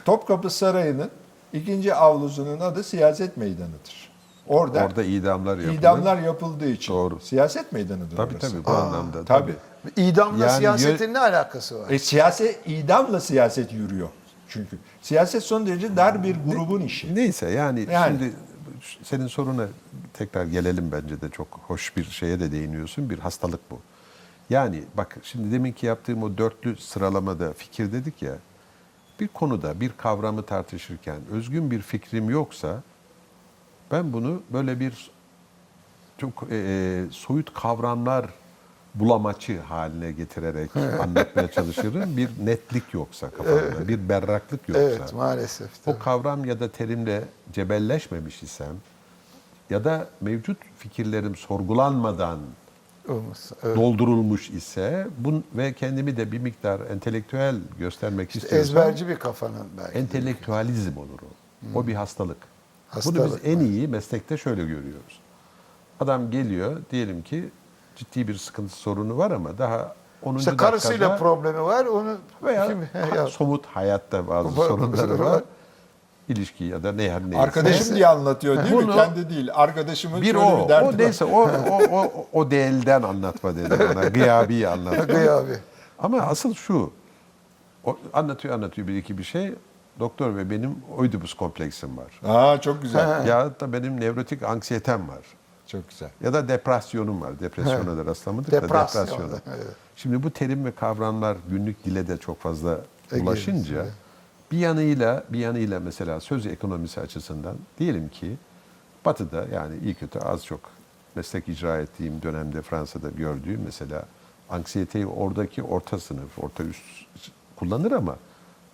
Speaker 2: Topkapı Sarayı'nın ikinci avlusunun adı siyaset meydanıdır. Orada,
Speaker 3: Orada idamlar yapılır.
Speaker 2: idamlar yapıldığı için.
Speaker 3: Doğru.
Speaker 2: Siyaset meydanıdır
Speaker 3: Tabii
Speaker 2: orası.
Speaker 3: tabii bu anlamda.
Speaker 2: Tabii.
Speaker 1: İdamla
Speaker 3: Yani yö-
Speaker 1: siyasetin ne alakası var?
Speaker 2: E, siyaset, idamla siyaset yürüyor çünkü. Siyaset son derece dar bir grubun işi.
Speaker 3: Neyse yani,
Speaker 2: Yani.
Speaker 3: şimdi senin soruna tekrar gelelim bence de çok hoş bir şeye de değiniyorsun. Bir hastalık bu. Yani bak şimdi deminki yaptığım o dörtlü sıralamada fikir dedik ya. Bir konuda bir kavramı tartışırken özgün bir fikrim yoksa ben bunu böyle bir çok e, soyut kavramlar bulamaçı
Speaker 2: *laughs*
Speaker 3: haline getirerek anlatmaya çalışırım. Bir netlik yoksa kafamda, bir berraklık yoksa.
Speaker 1: Evet maalesef.
Speaker 3: O kavram ya da terimle cebelleşmemiş isem ya da mevcut fikirlerim sorgulanmadan
Speaker 1: Olmaz. Evet.
Speaker 3: doldurulmuş ise bun ve kendimi de bir miktar entelektüel göstermek istiyorsam
Speaker 1: Ezberci bir kafanın belki.
Speaker 3: entelektüalizm olur o. O bir hastalık. Bunu
Speaker 1: Hastalık,
Speaker 3: biz en iyi meslekte şöyle görüyoruz. Adam geliyor diyelim ki ciddi bir sıkıntı sorunu var ama daha 10.
Speaker 1: İşte karısıyla
Speaker 3: dakikada-
Speaker 1: problemi var. Onu
Speaker 3: veya
Speaker 1: Kim- *laughs*
Speaker 3: ha- *laughs*
Speaker 1: Ya,
Speaker 3: somut hayatta bazı
Speaker 1: Var-
Speaker 3: sorunları
Speaker 1: var.
Speaker 3: var. İlişki ya da ne her neyse.
Speaker 2: Arkadaşım diye anlatıyor değil mi?
Speaker 3: Bunu-
Speaker 2: Kendi değil. Arkadaşımın
Speaker 3: bir
Speaker 2: şöyle
Speaker 3: o,
Speaker 2: bir derdi
Speaker 3: o
Speaker 2: var.
Speaker 3: neyse o o o o değilden anlatma dedi bana.
Speaker 2: *laughs*
Speaker 3: Gıyabi anlat.
Speaker 1: Gıy abi.
Speaker 3: Ama asıl şu. O anlatıyor anlatıyor bir iki bir şey. Doktor ve benim oidipus kompleksim var.
Speaker 2: Aa, çok güzel.
Speaker 3: Ya da benim nevrotik anksiyetem var.
Speaker 2: Çok güzel.
Speaker 3: Ya da depresyonum var. Depresyona da rastlamadık
Speaker 1: Depresyon,
Speaker 3: da depresyona.
Speaker 1: evet.
Speaker 3: Şimdi bu terim ve kavramlar günlük dile de çok fazla
Speaker 1: E,
Speaker 3: ulaşınca
Speaker 1: girmiş,
Speaker 3: bir yanıyla bir yanıyla mesela söz ekonomisi açısından diyelim ki Batı'da yani iyi kötü az çok meslek icra ettiğim dönemde Fransa'da gördüğüm mesela anksiyeteyi oradaki orta sınıf, orta üst kullanır ama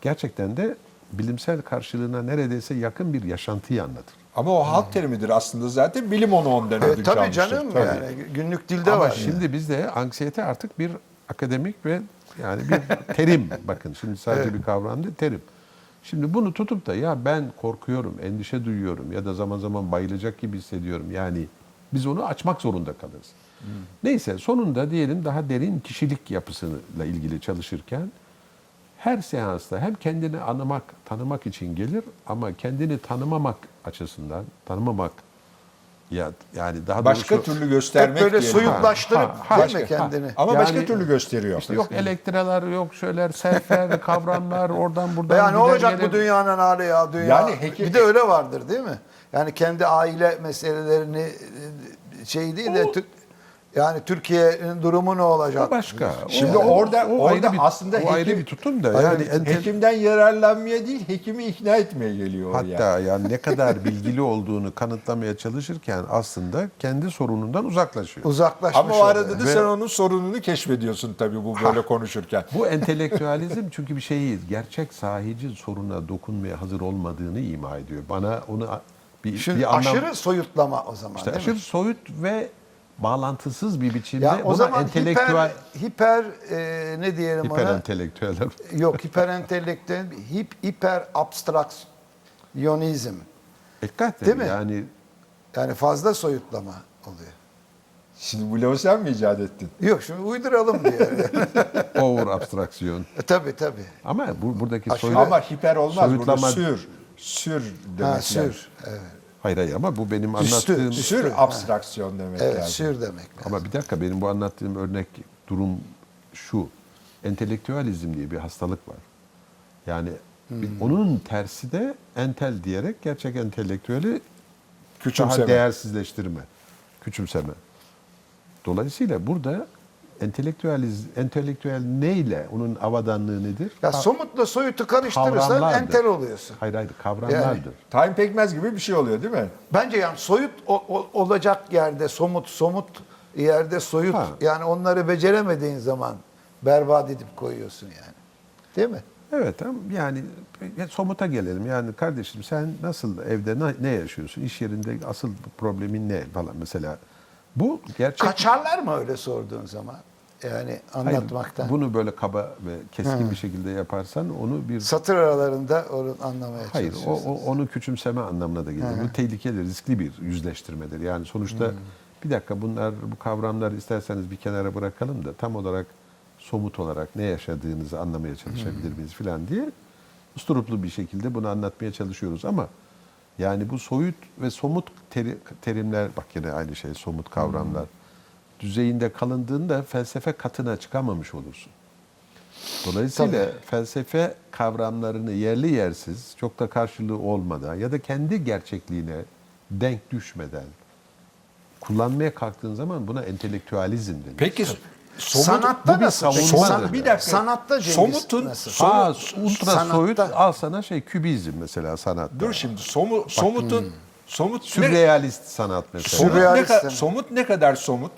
Speaker 3: gerçekten de bilimsel karşılığına neredeyse yakın bir yaşantıyı anlatır.
Speaker 2: Ama o halk terimidir aslında zaten. Bilim onu ondan
Speaker 1: E,
Speaker 2: ödünç
Speaker 1: tabii
Speaker 2: almıştır.
Speaker 1: canım
Speaker 2: Tabii.
Speaker 1: yani günlük dilde
Speaker 3: Ama
Speaker 1: var.
Speaker 3: şimdi bizde anksiyete artık bir akademik ve yani
Speaker 2: *laughs*
Speaker 3: bir terim bakın şimdi sadece bir kavram değil terim. Şimdi bunu tutup da ya ben korkuyorum, endişe duyuyorum ya da zaman zaman bayılacak gibi hissediyorum. Yani biz onu açmak zorunda kalırız.
Speaker 2: Hmm.
Speaker 3: Neyse sonunda diyelim daha derin kişilik yapısıyla ilgili çalışırken her seansta hem kendini anımak, tanımak için gelir ama kendini tanımamak açısından tanımamak ya yani daha
Speaker 2: Başka
Speaker 3: doğrusu-
Speaker 2: türlü
Speaker 1: Hep
Speaker 2: göstermek
Speaker 1: böyle
Speaker 2: diye.
Speaker 1: soyutlaştırıp
Speaker 3: Ha, ha,
Speaker 1: değil mi
Speaker 2: ha.
Speaker 1: kendini?
Speaker 2: Ama başka
Speaker 3: Yani-
Speaker 2: türlü gösteriyor.
Speaker 3: İşte yok elektralar, yok şöyler,
Speaker 1: *laughs*
Speaker 3: serfler, kavramlar, oradan buradan.
Speaker 1: Ya ne
Speaker 3: gider
Speaker 1: olacak
Speaker 3: gelir.
Speaker 1: bu dünyanın hali ya dünya.
Speaker 2: Yani hekim-
Speaker 1: bir de öyle vardır değil mi? Yani kendi aile meselelerini e, şey değil de Türk yani Türkiye'nin durumu ne olacak?
Speaker 3: O başka. O-
Speaker 2: Şimdi
Speaker 3: o-
Speaker 2: orada-
Speaker 3: o
Speaker 2: orada
Speaker 3: ayrı bir-
Speaker 2: aslında
Speaker 3: o
Speaker 2: hekim-
Speaker 3: ayrı bir tutum da yani
Speaker 2: Yani
Speaker 3: ente-
Speaker 2: hekimden yararlanmaya değil, hekimi ikna etmeye geliyor oraya.
Speaker 3: hatta yani ne kadar bilgili olduğunu kanıtlamaya çalışırken aslında kendi sorunundan uzaklaşıyor.
Speaker 1: Uzaklaşmış
Speaker 2: Ama o arada da
Speaker 3: Ve-
Speaker 2: sen onun sorununu keşfediyorsun tabii bu böyle konuşurken.
Speaker 3: Bu entelektüelizm çünkü bir şeyi gerçek sahici soruna dokunmaya hazır olmadığını ima ediyor. Bana onu a- bir,
Speaker 1: Şimdi
Speaker 3: bir anlam-
Speaker 1: aşırı soyutlama o zaman.
Speaker 3: işte
Speaker 1: değil mi?
Speaker 3: aşırı soyut ve bağlantısız bir biçimde
Speaker 1: Ya o
Speaker 3: buna
Speaker 1: zaman hiper,
Speaker 3: entelektüel
Speaker 1: hiper e, ne diyelim
Speaker 3: hiper
Speaker 1: ona?
Speaker 3: entelektüeller.
Speaker 1: Yok hiper entelektüel, hip, hiper abstraksiyonizm.
Speaker 3: Dikkat
Speaker 1: Değil
Speaker 3: edin
Speaker 1: mi?
Speaker 3: E, yani
Speaker 1: Yani fazla soyutlama oluyor.
Speaker 2: Şimdi bu lafı sen mi icat ettin?
Speaker 1: Yok şimdi uyduralım
Speaker 2: *laughs*
Speaker 1: diye.
Speaker 3: over abstraksiyon.
Speaker 1: E, tabii tabii.
Speaker 3: Ama bu, buradaki
Speaker 1: Aşırı-
Speaker 3: soyut...
Speaker 2: Ama hiper olmaz burada
Speaker 3: Soyutlama-
Speaker 2: sür. Sür demek
Speaker 1: Ha, sür. Evet,
Speaker 3: Hayır hayır ama bu benim
Speaker 1: Üstü,
Speaker 3: anlattığım...
Speaker 2: lazım. Sür abstraksiyon demek
Speaker 1: evet
Speaker 2: lazım.
Speaker 1: sür demek.
Speaker 3: Ama bir dakika benim bu anlattığım örnek durum şu. Entelektüelizm diye bir hastalık var. Yani bir-
Speaker 1: Hmm.
Speaker 3: onun tersi de entel diyerek gerçek entelektüeli
Speaker 2: Küçümseme.
Speaker 3: daha değersizleştirme, küçümseme. Dolayısıyla burada entelektüeliz, entelektüel neyle, onun avadanlığı nedir?
Speaker 1: Ya
Speaker 3: Ka-
Speaker 1: somutla soyutu karıştırırsan
Speaker 3: kavramlardır.
Speaker 1: entel oluyorsun.
Speaker 3: Hayır hayır kavramlardır.
Speaker 2: Time pekmez gibi bir şey oluyor değil mi?
Speaker 1: Bence yani soyut o- o- olacak yerde somut, somut yerde soyut.
Speaker 3: Ha.
Speaker 1: Yani onları beceremediğin zaman berbat edip koyuyorsun yani. Değil mi?
Speaker 3: Evet am- yani e, somuta gelelim. Yani kardeşim sen nasıl evde ne, ne yaşıyorsun? İş yerinde asıl problemin ne falan mesela. Bu gerçek
Speaker 1: Kaçarlar mı öyle sorduğun zaman? Yani
Speaker 3: Hayır,
Speaker 1: anlatmaktan.
Speaker 3: bunu böyle kaba ve keskin bir şekilde yaparsan onu bir
Speaker 1: Satır aralarında onu anlamaya
Speaker 3: hayır o,
Speaker 1: çalışıyorsun.
Speaker 3: o- onu küçümseme anlamına da gelir. Bu tehlikeli, riskli bir yüzleştirmedir. Yani sonuçta bir dakika bunlar bu kavramları isterseniz bir kenara bırakalım da tam olarak somut olarak ne yaşadığınızı anlamaya çalışabilir miyiz filan diye usturuplu bir şekilde bunu anlatmaya çalışıyoruz ama yani bu soyut ve somut teri- terimler bak yine aynı şey somut kavramlar düzeyinde kalındığında felsefe katına çıkamamış olursun. Dolayısıyla felsefe kavramlarını yerli yersiz, çok da karşılığı olmadan ya da kendi gerçekliğine denk düşmeden kullanmaya kalktığın zaman buna entelektüalizm denir.
Speaker 2: Peki somut,
Speaker 1: sanatta
Speaker 3: bu bir
Speaker 1: nasıl? peki?
Speaker 3: savunmadır
Speaker 1: Sanat-
Speaker 3: yani.
Speaker 1: bir dakika. Sanatta Cengiz
Speaker 2: Somutun-
Speaker 1: nasıl?
Speaker 3: Aa,
Speaker 2: somut-
Speaker 3: ultra
Speaker 1: sanatta-
Speaker 3: soyut al sana şey kübizm mesela sanatta.
Speaker 2: dur şimdi somu, somutun somut ne,
Speaker 3: Sürrealist sanat mesela.
Speaker 2: somut, ne,
Speaker 1: Sürrealist
Speaker 2: ka-
Speaker 1: mi?
Speaker 2: somut ne kadar somut?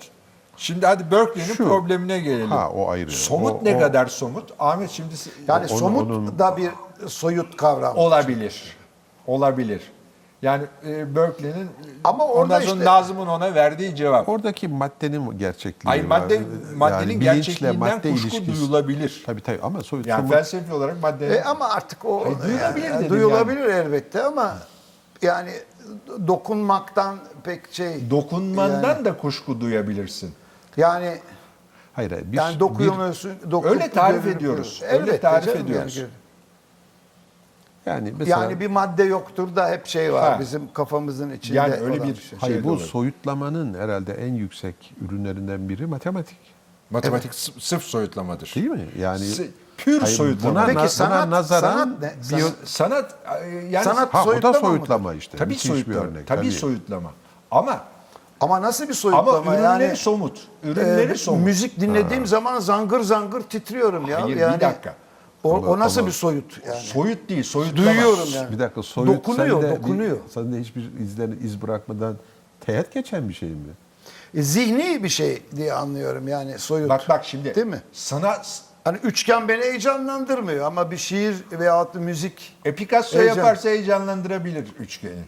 Speaker 2: Şimdi hadi Berkeley'nin
Speaker 3: Şu.
Speaker 2: problemine gelelim.
Speaker 3: Ha, o ayrı.
Speaker 2: Somut
Speaker 3: O-
Speaker 2: ne
Speaker 3: o-
Speaker 2: kadar somut? Ahmet şimdi si-
Speaker 1: Yani
Speaker 3: Onun-
Speaker 1: somut
Speaker 3: onun-
Speaker 1: da bir soyut kavram.
Speaker 2: olabilir. Olabilir. Yani e, Berkeley'nin
Speaker 1: Ama orada
Speaker 2: ondan sonra
Speaker 1: işte-
Speaker 2: Nazım'ın ona verdiği cevap.
Speaker 3: Oradaki maddenin gerçekliği
Speaker 2: Ay
Speaker 3: var.
Speaker 2: madde maddenin
Speaker 3: bilinçle
Speaker 2: gerçekliğinden kuşku
Speaker 3: ilişkisi.
Speaker 2: duyulabilir.
Speaker 3: Tabii tabii ama soyut
Speaker 2: Yani
Speaker 3: somut-
Speaker 2: felsefi olarak maddenin
Speaker 1: E ama artık o
Speaker 2: Hayır, duyulabilir
Speaker 1: yani
Speaker 2: dedim
Speaker 1: duyulabilir elbette ama yani dokunmaktan pek şey
Speaker 2: dokunmandan
Speaker 1: yani,
Speaker 2: da kuşku duyabilirsin.
Speaker 1: yani
Speaker 3: Hayır hayır. Bir,
Speaker 1: yani
Speaker 3: bir-
Speaker 1: dokunuyorsun dokun,
Speaker 2: Öyle tarif
Speaker 1: görünüyor. e,
Speaker 2: ediyoruz, öyle tarif ediyoruz.
Speaker 1: Yani,
Speaker 3: yani mesela
Speaker 1: yani bir madde yoktur da hep şey var
Speaker 2: Ha.
Speaker 1: bizim kafamızın içinde.
Speaker 2: Yani öyle
Speaker 1: olan
Speaker 2: bir
Speaker 1: şey.
Speaker 3: Hayır
Speaker 2: şey de
Speaker 3: bu
Speaker 2: olabilir.
Speaker 3: soyutlamanın herhalde en yüksek ürünlerinden biri matematik.
Speaker 2: Matematik sı- sırf soyutlamadır.
Speaker 3: Değil mi? Yani
Speaker 2: S- pür
Speaker 3: Hayır,
Speaker 2: soyutlama.
Speaker 3: Buna,
Speaker 1: Peki
Speaker 3: na-
Speaker 1: sanat-
Speaker 3: buna nazaran
Speaker 1: sanat ne?
Speaker 3: biyo-
Speaker 1: Sanat-
Speaker 2: Sanat e, yani
Speaker 1: Sanat-
Speaker 3: ha, o da
Speaker 1: soyutlama
Speaker 3: soyutlama işte.
Speaker 2: tabii
Speaker 3: Müthiş bir
Speaker 2: soyutlama.
Speaker 3: örnek,
Speaker 2: tabii soyutlama. Ama
Speaker 1: Ama nasıl bir soyutlama
Speaker 2: ama ürünleri
Speaker 1: yani?
Speaker 2: somut.
Speaker 1: Ee,
Speaker 2: Ürünleri somut.
Speaker 1: Müzik dinlediğim zaman zangır zangır titriyorum ya.
Speaker 2: Hayır, bir
Speaker 1: yani,
Speaker 2: dakika.
Speaker 1: O, o
Speaker 3: Ama-
Speaker 1: nasıl
Speaker 3: ama-
Speaker 1: bir soyut yani?
Speaker 2: Soyut değil, soyutlama.
Speaker 1: Duyuyorum yani.
Speaker 3: Bir dakika soyut
Speaker 1: dokunuyor,
Speaker 3: sende, bir-
Speaker 1: dokunuyor.
Speaker 3: sende hiçbir izler, iz bırakmadan teğet geçen bir şey mi?
Speaker 1: E, Zihni bir şey diye anlıyorum yani soyut.
Speaker 2: Bak bak şimdi.
Speaker 1: Değil mi?
Speaker 2: Sanat
Speaker 1: Hani üçgen beni heyecanlandırmıyor ama bir şiir veyahut da müzik
Speaker 2: E Picasso
Speaker 1: Heyecan.
Speaker 2: yaparsa heyecanlandırabilir üçgeni.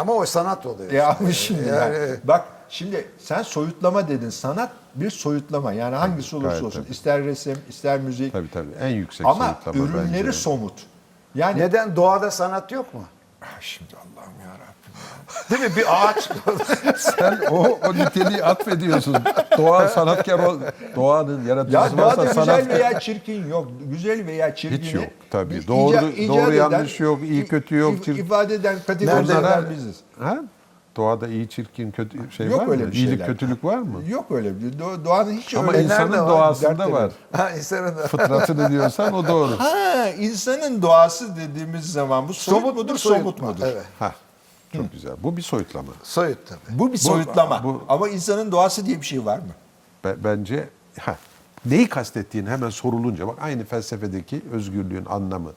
Speaker 1: Ama o sanat oluyor.
Speaker 2: E
Speaker 1: işte.
Speaker 2: ama şimdi yani. Bak şimdi sen soyutlama dedin. Sanat bir soyutlama. Yani hangisi olursa
Speaker 3: gayet
Speaker 2: olsun.
Speaker 3: tabii.
Speaker 2: ister resim, ister müzik.
Speaker 3: Tabii tabii. En yüksek
Speaker 2: Ama
Speaker 3: soyutlama
Speaker 2: ürünleri
Speaker 3: bence.
Speaker 2: somut. Yani
Speaker 1: e, Neden doğada sanat yok mu?
Speaker 2: Ah, şimdi Allah'ım ya Rabbim.
Speaker 1: Değil mi? Bir
Speaker 2: *laughs*
Speaker 1: ağaç.
Speaker 3: *laughs* Sen o, o niteliği atfediyorsun. Doğa sanatkar ol. Doğanın
Speaker 2: Ya
Speaker 3: yaratıcısı
Speaker 2: doğada
Speaker 3: varsa
Speaker 2: güzel
Speaker 3: sanatkar.
Speaker 2: veya çirkin yok. Güzel veya çirkin
Speaker 3: Hiç yok, tabii. Doğru- doğru yanlış yok, iyi kötü yok, çirkin-
Speaker 2: ifade eden
Speaker 1: Nerede-
Speaker 2: kategoriler biziz.
Speaker 3: Ha? Doğada iyi, çirkin, kötü şey
Speaker 2: Yok
Speaker 3: var
Speaker 2: öyle
Speaker 3: mı?
Speaker 2: bir
Speaker 3: İyilik,
Speaker 2: şeyler.
Speaker 3: kötülük var mı?
Speaker 2: Yok öyle bir şey. do- doğanın hiç
Speaker 3: Ama
Speaker 2: öyle
Speaker 3: insanın
Speaker 1: nerede var?
Speaker 3: doğasında
Speaker 2: Dertleri.
Speaker 3: var.
Speaker 1: ha, insanın da.
Speaker 3: Fıtratını diyorsan o doğru.
Speaker 2: Ha insanın doğası dediğimiz zaman bu soyut
Speaker 1: Somut
Speaker 2: mudur,
Speaker 1: mu, soyut
Speaker 2: somut
Speaker 1: mu?
Speaker 2: mudur?
Speaker 1: Evet.
Speaker 3: Ha. Çok güzel. Bu bir soyutlama.
Speaker 1: Soyut tabii.
Speaker 2: Bu bir soyutlama.
Speaker 3: bu-
Speaker 2: Ama insanın doğası diye bir şey var mı?
Speaker 3: Be- bence ha, neyi kastettiğini hemen sorulunca bak aynı felsefedeki özgürlüğün anlamı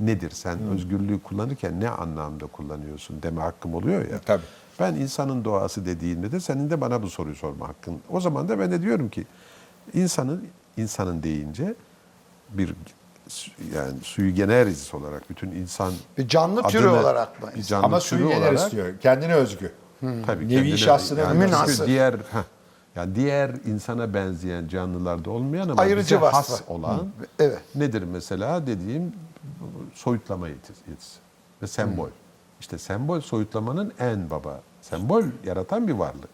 Speaker 3: nedir? Sen özgürlüğü kullanırken ne anlamda kullanıyorsun deme hakkım oluyor
Speaker 1: E,
Speaker 3: ya.
Speaker 2: Tabii.
Speaker 3: Ben insanın doğası dediğinde de senin de bana bu soruyu sorma hakkın. O zaman da ben de diyorum ki insanın insanın deyince bir su- yani suyu generis olarak bütün insan
Speaker 1: Bir canlı türü olarak mı?
Speaker 3: bir canlı
Speaker 2: Ama
Speaker 3: türü
Speaker 2: suyu neler
Speaker 3: olarak-
Speaker 2: istiyor? Kendine özgü.
Speaker 1: Hmm.
Speaker 3: Tabii
Speaker 2: Nevi
Speaker 3: kendine-
Speaker 2: şahsına
Speaker 3: yani
Speaker 1: münasır.
Speaker 3: çünkü diğer heh, yani diğer insana benzeyen canlılarda olmayan ama
Speaker 1: Ayırıcı
Speaker 3: bize
Speaker 1: vasfı.
Speaker 3: has olan
Speaker 1: Evet.
Speaker 3: nedir mesela dediğim soyutlama yetis- yetisi ve sembol. İşte sembol soyutlamanın en baba. Sembol yaratan bir varlık.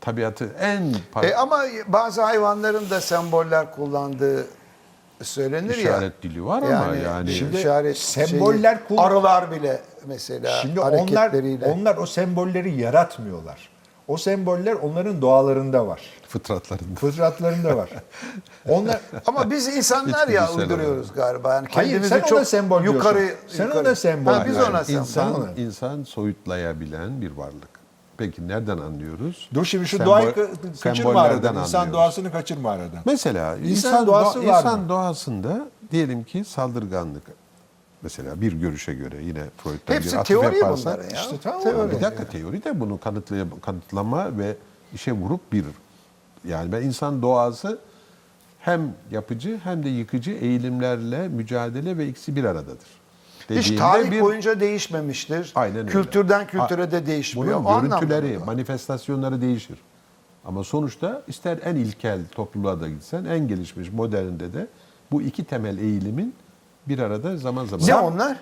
Speaker 3: Tabiatı en par-
Speaker 1: E ama bazı hayvanların da semboller kullandığı söylenir ya.
Speaker 3: işaret dili var ama yani
Speaker 1: şimdi
Speaker 2: işaret semboller kullan-
Speaker 1: arılar bile mesela
Speaker 2: Şimdi onlar
Speaker 1: hareketleriyle.
Speaker 2: onlar o sembolleri yaratmıyorlar. O semboller onların doğalarında var.
Speaker 3: fıtratlarında.
Speaker 2: Fıtratlarında
Speaker 3: *laughs*
Speaker 2: var. Onlar
Speaker 1: ama biz insanlar ya
Speaker 3: İçgüdüsel
Speaker 1: uyduruyoruz galiba. Yani
Speaker 2: Hayır,
Speaker 1: kendimizi
Speaker 2: sen ona
Speaker 1: çok
Speaker 2: sembol diyorsun.
Speaker 1: yukarı,
Speaker 2: Sen
Speaker 1: yukarı-
Speaker 2: ona sembol
Speaker 1: Ha, biz
Speaker 2: diyorsun.
Speaker 1: ona sembol.
Speaker 3: insan
Speaker 2: sembol.
Speaker 3: insan soyutlayabilen bir varlık. Peki nereden anlıyoruz?
Speaker 2: dur şimdi şu
Speaker 3: Sembol-
Speaker 2: doğayı kı- kaçırma
Speaker 3: sembollerden
Speaker 2: aradan. İnsan
Speaker 3: anlıyoruz.
Speaker 2: doğasını kaçırma aradan.
Speaker 3: Mesela insan,
Speaker 2: doğası
Speaker 3: doğa-
Speaker 2: var
Speaker 3: insan
Speaker 2: mı?
Speaker 3: doğasında diyelim ki saldırganlık. Mesela bir görüşe göre yine Freud'dan bir
Speaker 1: Hepsi
Speaker 3: atıf
Speaker 1: teori
Speaker 3: yaparsan.
Speaker 1: bunlar ya.
Speaker 2: İşte tamam.
Speaker 1: Teori.
Speaker 3: Bir dakika teori de bunu kanıtlay- kanıtlama ve işe vurup bir. Yani ben insan doğası hem yapıcı hem de yıkıcı eğilimlerle mücadele ve ikisi bir aradadır.
Speaker 1: Hiç
Speaker 3: Dediğinde
Speaker 1: tarih
Speaker 3: bir-
Speaker 1: boyunca değişmemiştir.
Speaker 3: Aynen öyle.
Speaker 1: Kültürden
Speaker 3: Ha,
Speaker 1: kültüre de değişmiyor. O
Speaker 3: Bunun
Speaker 1: anlamda
Speaker 3: görüntüleri,
Speaker 1: da.
Speaker 3: manifestasyonları değişir. Ama sonuçta ister en ilkel topluluğa da gitsen, en gelişmiş modernde de bu iki temel eğilimin bir arada zaman zaman...
Speaker 1: Ne onlar?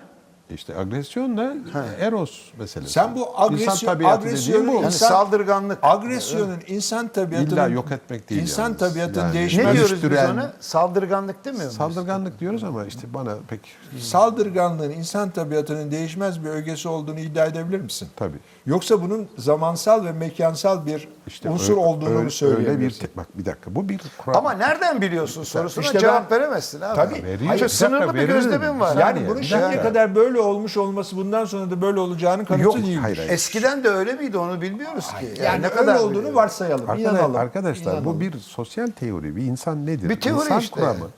Speaker 3: İşte agresyonla eros meselesi.
Speaker 2: Sen bu
Speaker 3: İnsan
Speaker 2: agresyon,
Speaker 3: tabiatı dediğin
Speaker 2: agresyonu
Speaker 3: bu.
Speaker 1: Yani
Speaker 2: insan,
Speaker 1: saldırganlık.
Speaker 2: agresyonun insan tabiatının
Speaker 3: İlla yok etmek değil
Speaker 2: İnsan
Speaker 3: yalnız.
Speaker 2: tabiatının
Speaker 3: Yani
Speaker 1: Ne
Speaker 2: değişmez.
Speaker 1: diyoruz biz
Speaker 3: dönüştüren-
Speaker 1: ona? Saldırganlık demiyor muyuz?
Speaker 3: Saldırganlık diyoruz ama işte bana pek...
Speaker 2: Saldırganlığın insan tabiatının değişmez bir ögesi olduğunu iddia edebilir misin?
Speaker 3: Tabii.
Speaker 2: Yoksa bunun zamansal ve mekansal bir
Speaker 3: İşte
Speaker 2: unsur
Speaker 3: ö-
Speaker 2: olduğunu
Speaker 3: öyle-
Speaker 2: mu
Speaker 3: Öyle bir,
Speaker 2: söyleyebilirsin?
Speaker 3: te- bak bir dakika bu bir kural.
Speaker 1: Ama nereden biliyorsun sorusuna
Speaker 2: İşte ben-
Speaker 1: cevap veremezsin abi.
Speaker 2: Tabii.
Speaker 3: Veriyor.
Speaker 1: Hayır,
Speaker 3: Bir dakika,
Speaker 1: sınırlı bir
Speaker 3: veririm.
Speaker 1: gözlemim var.
Speaker 2: yani
Speaker 3: Yani
Speaker 2: bunun
Speaker 3: bir
Speaker 2: şimdiye
Speaker 3: dakika.
Speaker 2: kadar böyle olmuş olması bundan sonra da böyle olacağının kanıtı
Speaker 3: Yok,
Speaker 2: değil.
Speaker 3: hayır, hayır.
Speaker 1: Eskiden de öyle miydi onu bilmiyoruz ki.
Speaker 2: Yani, ne kadar e, öyle olduğunu varsayalım,
Speaker 3: Arkadaş-
Speaker 2: inanalım.
Speaker 3: arkadaşlar
Speaker 2: İnanalım.
Speaker 3: bu bir sosyal teori. Bir insan nedir?
Speaker 1: Bir teori
Speaker 3: insan
Speaker 1: işte.
Speaker 3: kuramı.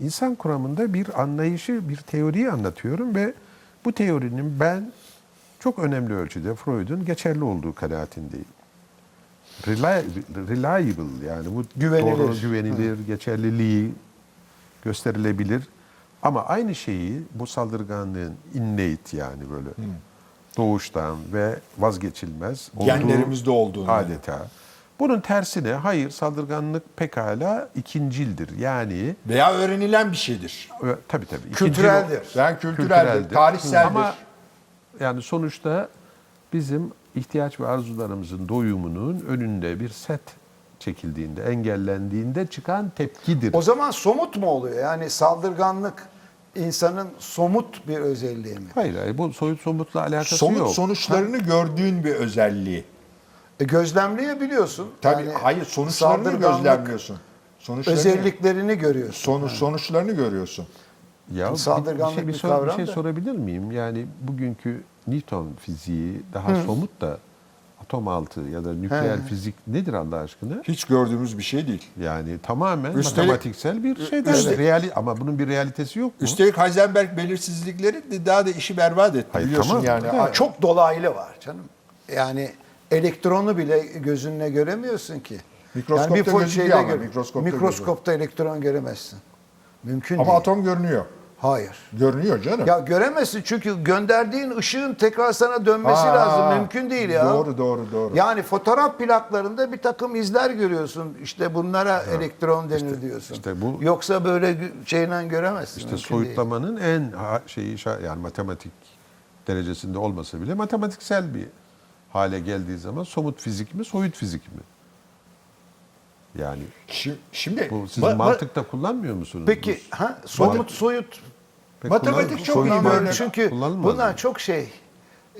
Speaker 3: İnsan kuramında bir anlayışı, bir teoriyi anlatıyorum ve bu teorinin ben çok önemli ölçüde Freud'un geçerli olduğu kanaatindeyim. Reli- Reliable yani bu
Speaker 2: Güvenilir.
Speaker 3: doğru, güvenilir, geçerliliği gösterilebilir. Ama aynı şeyi bu saldırganlığın innate yani böyle
Speaker 2: Hmm.
Speaker 3: doğuştan ve vazgeçilmez olduğu-
Speaker 2: Genlerimizde olduğunu.
Speaker 3: Adeta. Bunun tersine hayır saldırganlık pekala ikincildir. Yani
Speaker 2: Veya öğrenilen bir şeydir.
Speaker 3: ö, tabii tabii. ikincil-
Speaker 1: Kültüreldir.
Speaker 2: Yani kültüreldir, tarihseldir.
Speaker 3: Ama yani sonuçta bizim ihtiyaç ve arzularımızın doyumunun önünde bir set çekildiğinde, engellendiğinde çıkan tepkidir.
Speaker 1: O zaman somut mu oluyor? Yani saldırganlık insanın somut bir özelliği mi?
Speaker 3: Hayır, hayır bu soyut somutla alakası
Speaker 2: Somut
Speaker 3: yok.
Speaker 2: sonuçlarını gördüğün bir özelliği.
Speaker 1: E, gözlemleyebiliyorsun.
Speaker 2: Tabii
Speaker 1: Yani
Speaker 2: hayır sonuçlarını
Speaker 1: saldırganlık
Speaker 2: gözlemliyorsun. Sonuçlarını,
Speaker 1: Özelliklerini görüyorsun.
Speaker 2: Sonuç, sonuçlarını görüyorsun.
Speaker 3: Ya bir-
Speaker 1: Saldırganlık
Speaker 3: bir, şey, bir,
Speaker 1: bir
Speaker 3: sor-
Speaker 1: kavram
Speaker 3: bir şey
Speaker 1: da.
Speaker 3: sorabilir miyim? Yani bugünkü Newton fiziği daha somut da atom altı ya da nükleer fizik nedir Allah aşkına?
Speaker 2: Hiç gördüğümüz bir şey değil.
Speaker 3: Yani tamamen
Speaker 2: Üstelik-
Speaker 3: matematiksel bir şeyden
Speaker 2: Üstelik-
Speaker 3: reali ama bunun bir realitesi yok mu?
Speaker 2: Üstelik Heisenberg belirsizlikleri de daha da işi berbat etti
Speaker 3: Hayır,
Speaker 2: biliyorsun
Speaker 3: tamam.
Speaker 2: yani.
Speaker 1: Aa, çok dolaylı var canım. Yani elektronu bile gözünle göremiyorsun ki.
Speaker 2: Mikroskopta
Speaker 1: yani bir fo-
Speaker 2: gözüküyor
Speaker 1: şeyle
Speaker 2: ama,
Speaker 1: gör-
Speaker 2: mikroskopta
Speaker 1: mikroskopta elektron göremezsin. Mümkün
Speaker 2: Ama
Speaker 1: değil.
Speaker 2: atom görünüyor.
Speaker 1: Hayır.
Speaker 2: Görünüyor canım.
Speaker 1: Ya göremezsin çünkü gönderdiğin ışığın tekrar sana dönmesi
Speaker 2: Aa,
Speaker 1: lazım. Mümkün değil ya.
Speaker 2: Doğru doğru doğru.
Speaker 1: Yani fotoğraf plaklarında bir takım izler görüyorsun. İşte bunlara elektron denir diyorsun.
Speaker 3: işte bu-
Speaker 1: Yoksa böyle gü- şeyle göremezsin.
Speaker 3: İşte
Speaker 1: mümkün değil.
Speaker 3: soyutlamanın en ha- şeyi şa- yani matematik derecesinde olmasa bile matematiksel bir hale geldiği zaman somut fizik mi, soyut fizik mi? Yani
Speaker 2: Şi- Şimdi
Speaker 3: bu siz
Speaker 2: E, ma- ma-
Speaker 3: mantıkta kullanmıyor musunuz?
Speaker 1: Peki
Speaker 3: Bu-
Speaker 1: ha somut soyut
Speaker 3: Pek
Speaker 2: matematik
Speaker 3: kullan-
Speaker 2: çok
Speaker 3: soyut
Speaker 2: iyi
Speaker 1: Bunlar
Speaker 2: bir
Speaker 3: mantık
Speaker 2: örnek.
Speaker 1: Çünkü
Speaker 3: kullanılmaz
Speaker 1: bunlar
Speaker 3: mı?
Speaker 1: çok şey.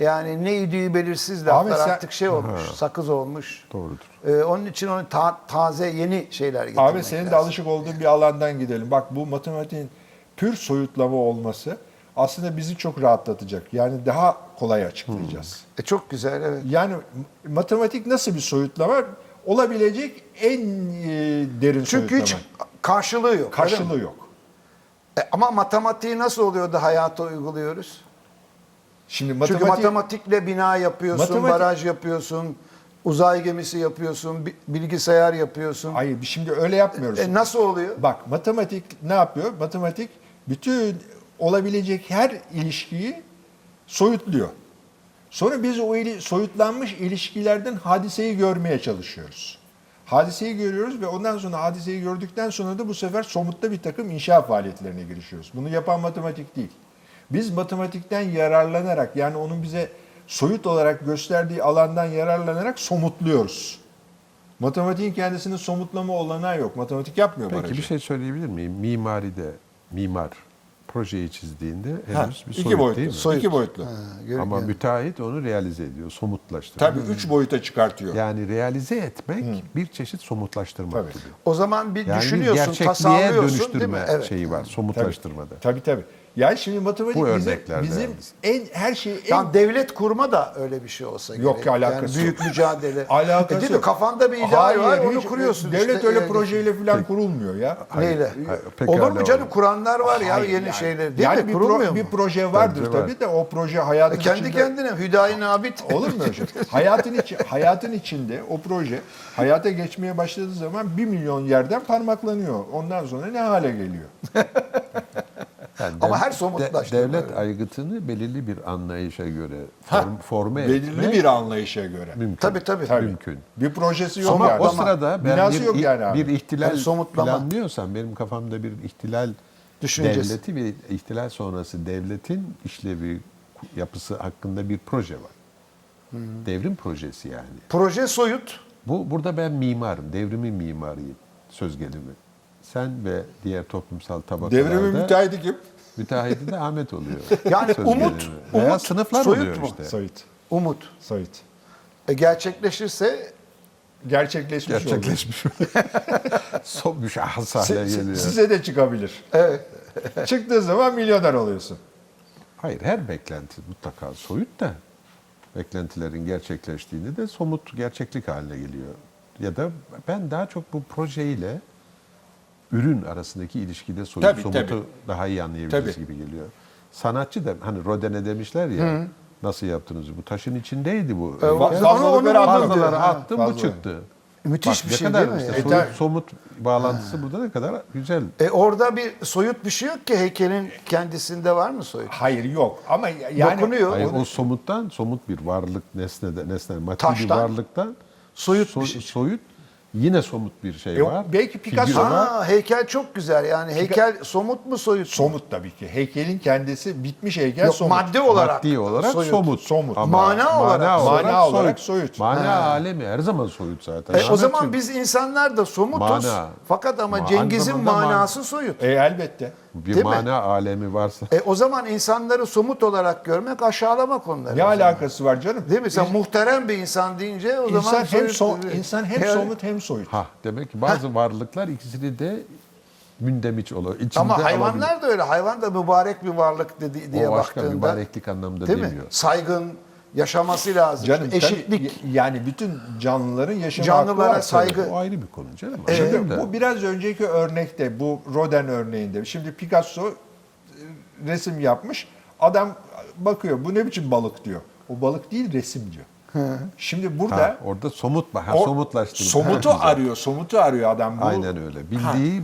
Speaker 1: Yani ne idüğü belirsiz laflar
Speaker 2: Ahmet sen-
Speaker 1: artık şey olmuş, sakız olmuş.
Speaker 3: Doğrudur.
Speaker 1: Ee, onun için onu ta- taze yeni şeyler getirmek
Speaker 2: Abi senin de
Speaker 1: lazım.
Speaker 2: alışık olduğun bir alandan gidelim. Bak bu matematiğin pür soyutlama olması aslında bizi çok rahatlatacak. Yani daha kolay açıklayacağız.
Speaker 1: E, çok güzel evet.
Speaker 2: Yani m- matematik nasıl bir soyutlama? Olabilecek en e, derin
Speaker 1: Çünkü
Speaker 2: soyutlama.
Speaker 1: hiç karşılığı yok. öyle mi?
Speaker 2: karşılığı yok.
Speaker 1: E, ama matematiği nasıl oluyor da hayata uyguluyoruz?
Speaker 2: Şimdi
Speaker 1: Çünkü
Speaker 2: matematik,
Speaker 1: matematikle bina yapıyorsun,
Speaker 2: Matematik-
Speaker 1: baraj yapıyorsun, uzay gemisi yapıyorsun, bi- bilgisayar yapıyorsun.
Speaker 2: hayır şimdi öyle yapmıyoruz.
Speaker 1: E, nasıl oluyor?
Speaker 2: Bak matematik ne yapıyor? Matematik bütün olabilecek her ilişkiyi soyutluyor. Sonra biz o ili- soyutlanmış ilişkilerden hadiseyi görmeye çalışıyoruz. Hadiseyi görüyoruz ve ondan sonra hadiseyi gördükten sonra da bu sefer somutta bir takım inşa faaliyetlerine girişiyoruz. Bunu yapan matematik değil. Biz matematikten yararlanarak yani onun bize soyut olarak gösterdiği alandan yararlanarak somutluyoruz. Matematiğin kendisinin somutlama olanağı yok. Matematik yapmıyor
Speaker 3: Peki
Speaker 2: barajı.
Speaker 3: bir şey söyleyebilir miyim? Mimaride, mimar projeyi çizdiğinde henüz
Speaker 2: Ha,
Speaker 3: bir
Speaker 2: iki
Speaker 3: soyut
Speaker 2: boyutlu.
Speaker 3: değil mi?
Speaker 2: Soyut. İki boyutlu.
Speaker 1: Ha, gör-
Speaker 3: Ama
Speaker 1: gör-
Speaker 3: müteahhit onu realize ediyor, somutlaştırıyor.
Speaker 1: Hmm.
Speaker 2: Tabii üç boyuta çıkartıyor.
Speaker 3: Yani realize etmek bir çeşit somutlaştırmak
Speaker 2: Tabii.
Speaker 3: gibi.
Speaker 1: o zaman bir
Speaker 3: Yani bir
Speaker 1: düşünüyorsun,
Speaker 3: gerçekliğe
Speaker 1: tasarlıyorsun değil mi?
Speaker 3: dönüştürme
Speaker 1: Evet.
Speaker 3: şeyi var somutlaştırmada.
Speaker 2: Tabii tabii. Yani şimdi matematik
Speaker 3: Bu
Speaker 2: bizim,
Speaker 3: örneklerde
Speaker 2: bizim
Speaker 3: yalnız.
Speaker 2: en her şeyi en
Speaker 1: Tam E, devlet kurma da öyle bir şey olsa
Speaker 2: Yok
Speaker 1: gerek.
Speaker 2: ki, alakası
Speaker 1: yani büyük
Speaker 2: yok.
Speaker 1: mücadele.
Speaker 2: *laughs* alakası
Speaker 1: E değil mi?
Speaker 2: yok.
Speaker 1: Kafanda bir ideal
Speaker 2: Hayır,
Speaker 1: var, onu
Speaker 2: hiç-
Speaker 1: kuruyorsun.
Speaker 2: Devlet
Speaker 1: işte,
Speaker 2: öyle
Speaker 1: Yani- şey.
Speaker 2: projeyle falan kurulmuyor ya.
Speaker 1: Neyle?
Speaker 3: hayır, pekala
Speaker 1: Olur mu canım?
Speaker 3: olur.
Speaker 1: Kuranlar var ya
Speaker 2: Hayır,
Speaker 1: yeni
Speaker 2: yani-
Speaker 1: şeyler. Değil
Speaker 2: yani
Speaker 1: mi?
Speaker 2: bir, pro-
Speaker 1: Kurulmuyor
Speaker 2: bir
Speaker 1: mu?
Speaker 2: proje vardır
Speaker 3: Bence
Speaker 2: tabii,
Speaker 3: var.
Speaker 2: de o proje hayatın
Speaker 1: E kendi
Speaker 2: içinde...
Speaker 1: kendine Hüdayi Nabit.
Speaker 2: *laughs* Olur mu öyle şey? hayatın, içi, hayatın içinde o proje hayata geçmeye başladığı zaman bir milyon yerden parmaklanıyor. Ondan sonra ne hale geliyor?
Speaker 3: Yani
Speaker 1: Ama
Speaker 3: dev-
Speaker 1: her somutlaştırma
Speaker 3: de- Devlet
Speaker 1: öyle.
Speaker 3: aygıtını belirli bir anlayışa göre form, forme
Speaker 2: Belirli
Speaker 3: etmek
Speaker 2: bir anlayışa göre.
Speaker 3: mümkün.
Speaker 1: Tabii tabii.
Speaker 3: Mümkün.
Speaker 2: Bir projesi yok
Speaker 3: Ama
Speaker 2: yani.
Speaker 3: o sırada ben
Speaker 2: Binası
Speaker 3: bir,
Speaker 2: yok yani abi.
Speaker 3: bir ihtilal
Speaker 1: Tabii somutlama.
Speaker 3: planlıyorsam benim kafamda bir ihtilal
Speaker 1: Düşüncesi.
Speaker 3: devleti ve ihtilal sonrası devletin işlevi yapısı hakkında bir proje var.
Speaker 2: Hmm.
Speaker 3: Devrim projesi yani.
Speaker 1: Proje soyut.
Speaker 3: Bu burada ben mimarım, devrimin mimarıyım söz gelimi. Sen ve diğer toplumsal tabakalarda
Speaker 2: Devrimin müteahhiti kim?
Speaker 3: müteahhidi de Ahmet
Speaker 2: *laughs*
Speaker 3: oluyor.
Speaker 1: Yani
Speaker 3: söz
Speaker 1: umut,
Speaker 3: gelimi.
Speaker 1: umut
Speaker 3: Veya sınıflar
Speaker 1: soyut
Speaker 3: oluyor
Speaker 1: mu?
Speaker 3: işte.
Speaker 2: Soyut.
Speaker 1: Umut.
Speaker 2: Soyut.
Speaker 1: E gerçekleşirse
Speaker 2: Gerçekleşmiş oldu. *laughs*
Speaker 3: Gerçekleşmiş. Son müşahhas
Speaker 2: Si-
Speaker 3: hale
Speaker 2: si-
Speaker 3: geliyor.
Speaker 2: Size de çıkabilir.
Speaker 1: evet.
Speaker 2: *laughs* Çıktığı zaman milyoner oluyorsun.
Speaker 3: Hayır her beklenti mutlaka soyut da beklentilerin gerçekleştiğinde de somut gerçeklik haline geliyor. Ya da ben daha çok bu projeyle ürün arasındaki ilişkide soyut
Speaker 2: Tabii,
Speaker 3: somutu
Speaker 2: tabii.
Speaker 3: daha iyi anlayabiliriz
Speaker 2: Tabii.
Speaker 3: gibi geliyor. Sanatçı da hani Rodin'e demişler ya nasıl yaptınız bu taşın içindeydi bu.
Speaker 1: E,
Speaker 3: heykel.
Speaker 1: onu-
Speaker 2: fazlalıkları
Speaker 1: onu buldum
Speaker 2: atmadı.
Speaker 1: diyor.
Speaker 3: Fazlaları
Speaker 1: Ha.
Speaker 3: attım bu
Speaker 2: Fazla.
Speaker 3: çıktı.
Speaker 1: Müthiş
Speaker 3: Bak
Speaker 1: bir
Speaker 3: ne
Speaker 1: şey
Speaker 3: kadar
Speaker 1: değil mi?
Speaker 3: işte
Speaker 1: ya?
Speaker 2: E,
Speaker 3: soyut,
Speaker 2: tabii.
Speaker 3: somut bağlantısı burada ne kadar güzel.
Speaker 1: E orada bir soyut bir şey yok ki heykelin kendisinde var mı soyut?
Speaker 2: Hayır yok ama ya- yani...
Speaker 1: Dokunuyor.
Speaker 3: Hayır o somuttan somut bir varlık nesnede nesne maddi bir
Speaker 1: Taştan
Speaker 3: varlıktan
Speaker 1: soyut bir
Speaker 3: so-
Speaker 1: şey.
Speaker 3: soyut yine somut bir şey
Speaker 2: E,
Speaker 3: var.
Speaker 2: belki Picasso-
Speaker 3: Figür var.
Speaker 1: Aa, heykel çok güzel yani. Heykel somut mu soyut mu?
Speaker 2: Somut tabii ki. Heykelin kendisi bitmiş heykel
Speaker 1: Yok
Speaker 2: somut.
Speaker 1: madde olarak.
Speaker 3: maddi olarak
Speaker 1: soyut.
Speaker 3: somut.
Speaker 2: Somut.
Speaker 1: Mana olarak.
Speaker 2: Mana olarak soyut.
Speaker 3: Mana alemi her zaman soyut zaten.
Speaker 1: E, o zaman
Speaker 3: Ahmetciğim,
Speaker 1: biz insanlar da somutuz.
Speaker 3: Mana.
Speaker 1: Fakat ama
Speaker 3: Ma-
Speaker 1: Cengiz'in
Speaker 3: aynı zamanda man-
Speaker 1: manası soyut.
Speaker 2: E, elbette.
Speaker 3: bir
Speaker 1: değil mi?
Speaker 3: mana alemi varsa
Speaker 1: E o zaman insanları somut olarak görmek aşağılamak onları.
Speaker 2: Ne alakası var canım?
Speaker 1: Değil mi? Sen muhterem bir insan deyince o zaman
Speaker 2: İnsan hem,
Speaker 1: soyut-
Speaker 2: so insan hem
Speaker 1: Yani-
Speaker 2: somut hem soyut.
Speaker 3: ha demek ki bazı varlıklar ikisini de mündemiş oluyor. İçinde
Speaker 1: Ama
Speaker 3: alabilir.
Speaker 1: hayvanlar da öyle. Hayvan da mübarek bir varlık dedi, diye
Speaker 3: o başka
Speaker 1: baktığında.
Speaker 3: mübareklik anlamında
Speaker 1: değil mi?
Speaker 3: demiyor.
Speaker 1: Saygın yaşaması lazım.
Speaker 2: Canım
Speaker 1: Eşitlik.
Speaker 2: tabii, yani bütün canlıların yaşam hakkı
Speaker 1: Canlılara
Speaker 2: var.
Speaker 1: saygı-
Speaker 3: O ayrı bir konu canım.
Speaker 2: Şimdi
Speaker 3: Anladım da.
Speaker 2: bu biraz önceki örnekte bu Rodin örneğinde. Şimdi Picasso e, resim yapmış. Adam bakıyor bu ne biçim balık diyor. O balık değil resim diyor. Şimdi burada
Speaker 3: Ha, orada somut bak. Ha,
Speaker 2: o-
Speaker 3: somutlaştırdı.
Speaker 2: somutu
Speaker 3: Ha, güzel.
Speaker 2: arıyor, somutu arıyor adam. Bu,
Speaker 3: Aynen öyle. Bildiği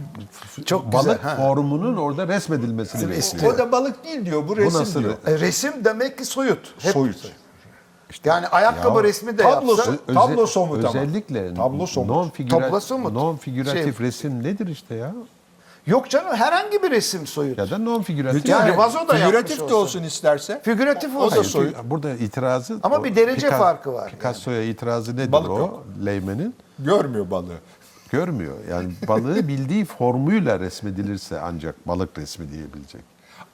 Speaker 1: Çok
Speaker 3: çok
Speaker 1: güzel,
Speaker 3: balık
Speaker 1: ha.
Speaker 3: formunun orada resmedilmesini
Speaker 1: istiyor.
Speaker 2: O
Speaker 3: bekliyor.
Speaker 2: da balık değil diyor, bu resim
Speaker 3: nasıl
Speaker 2: diyor.
Speaker 1: E, resim demek ki soyut. Hep
Speaker 2: Soyut.
Speaker 1: Yani ayakkabı
Speaker 3: Ya,
Speaker 1: resmi de
Speaker 2: tablosu.
Speaker 1: yapsa
Speaker 3: Ö-
Speaker 2: Tablo somut ama.
Speaker 3: Özellikle
Speaker 2: Tablo somut.
Speaker 3: non
Speaker 1: Tablo somut.
Speaker 3: figüratif non figüratif
Speaker 1: Şey-
Speaker 3: resim nedir işte ya?
Speaker 1: yok canım herhangi bir resim soyut.
Speaker 3: Ya da non figüratif.
Speaker 1: Yani vazo da yapmış
Speaker 2: Figüratif de
Speaker 1: olsa.
Speaker 2: olsun isterse.
Speaker 1: Figüratif olsun.
Speaker 2: O da soyut.
Speaker 3: Burada itirazı
Speaker 1: Ama
Speaker 3: o
Speaker 1: bir derece farkı var.
Speaker 3: Picasso'ya itirazı nedir
Speaker 2: Balık
Speaker 3: o?
Speaker 2: yok.
Speaker 3: Leymen'in
Speaker 2: Görmüyor balığı.
Speaker 3: görmüyor. Yani balığı bildiği formuyla resmedilirse ancak balık resmi diyebilecek.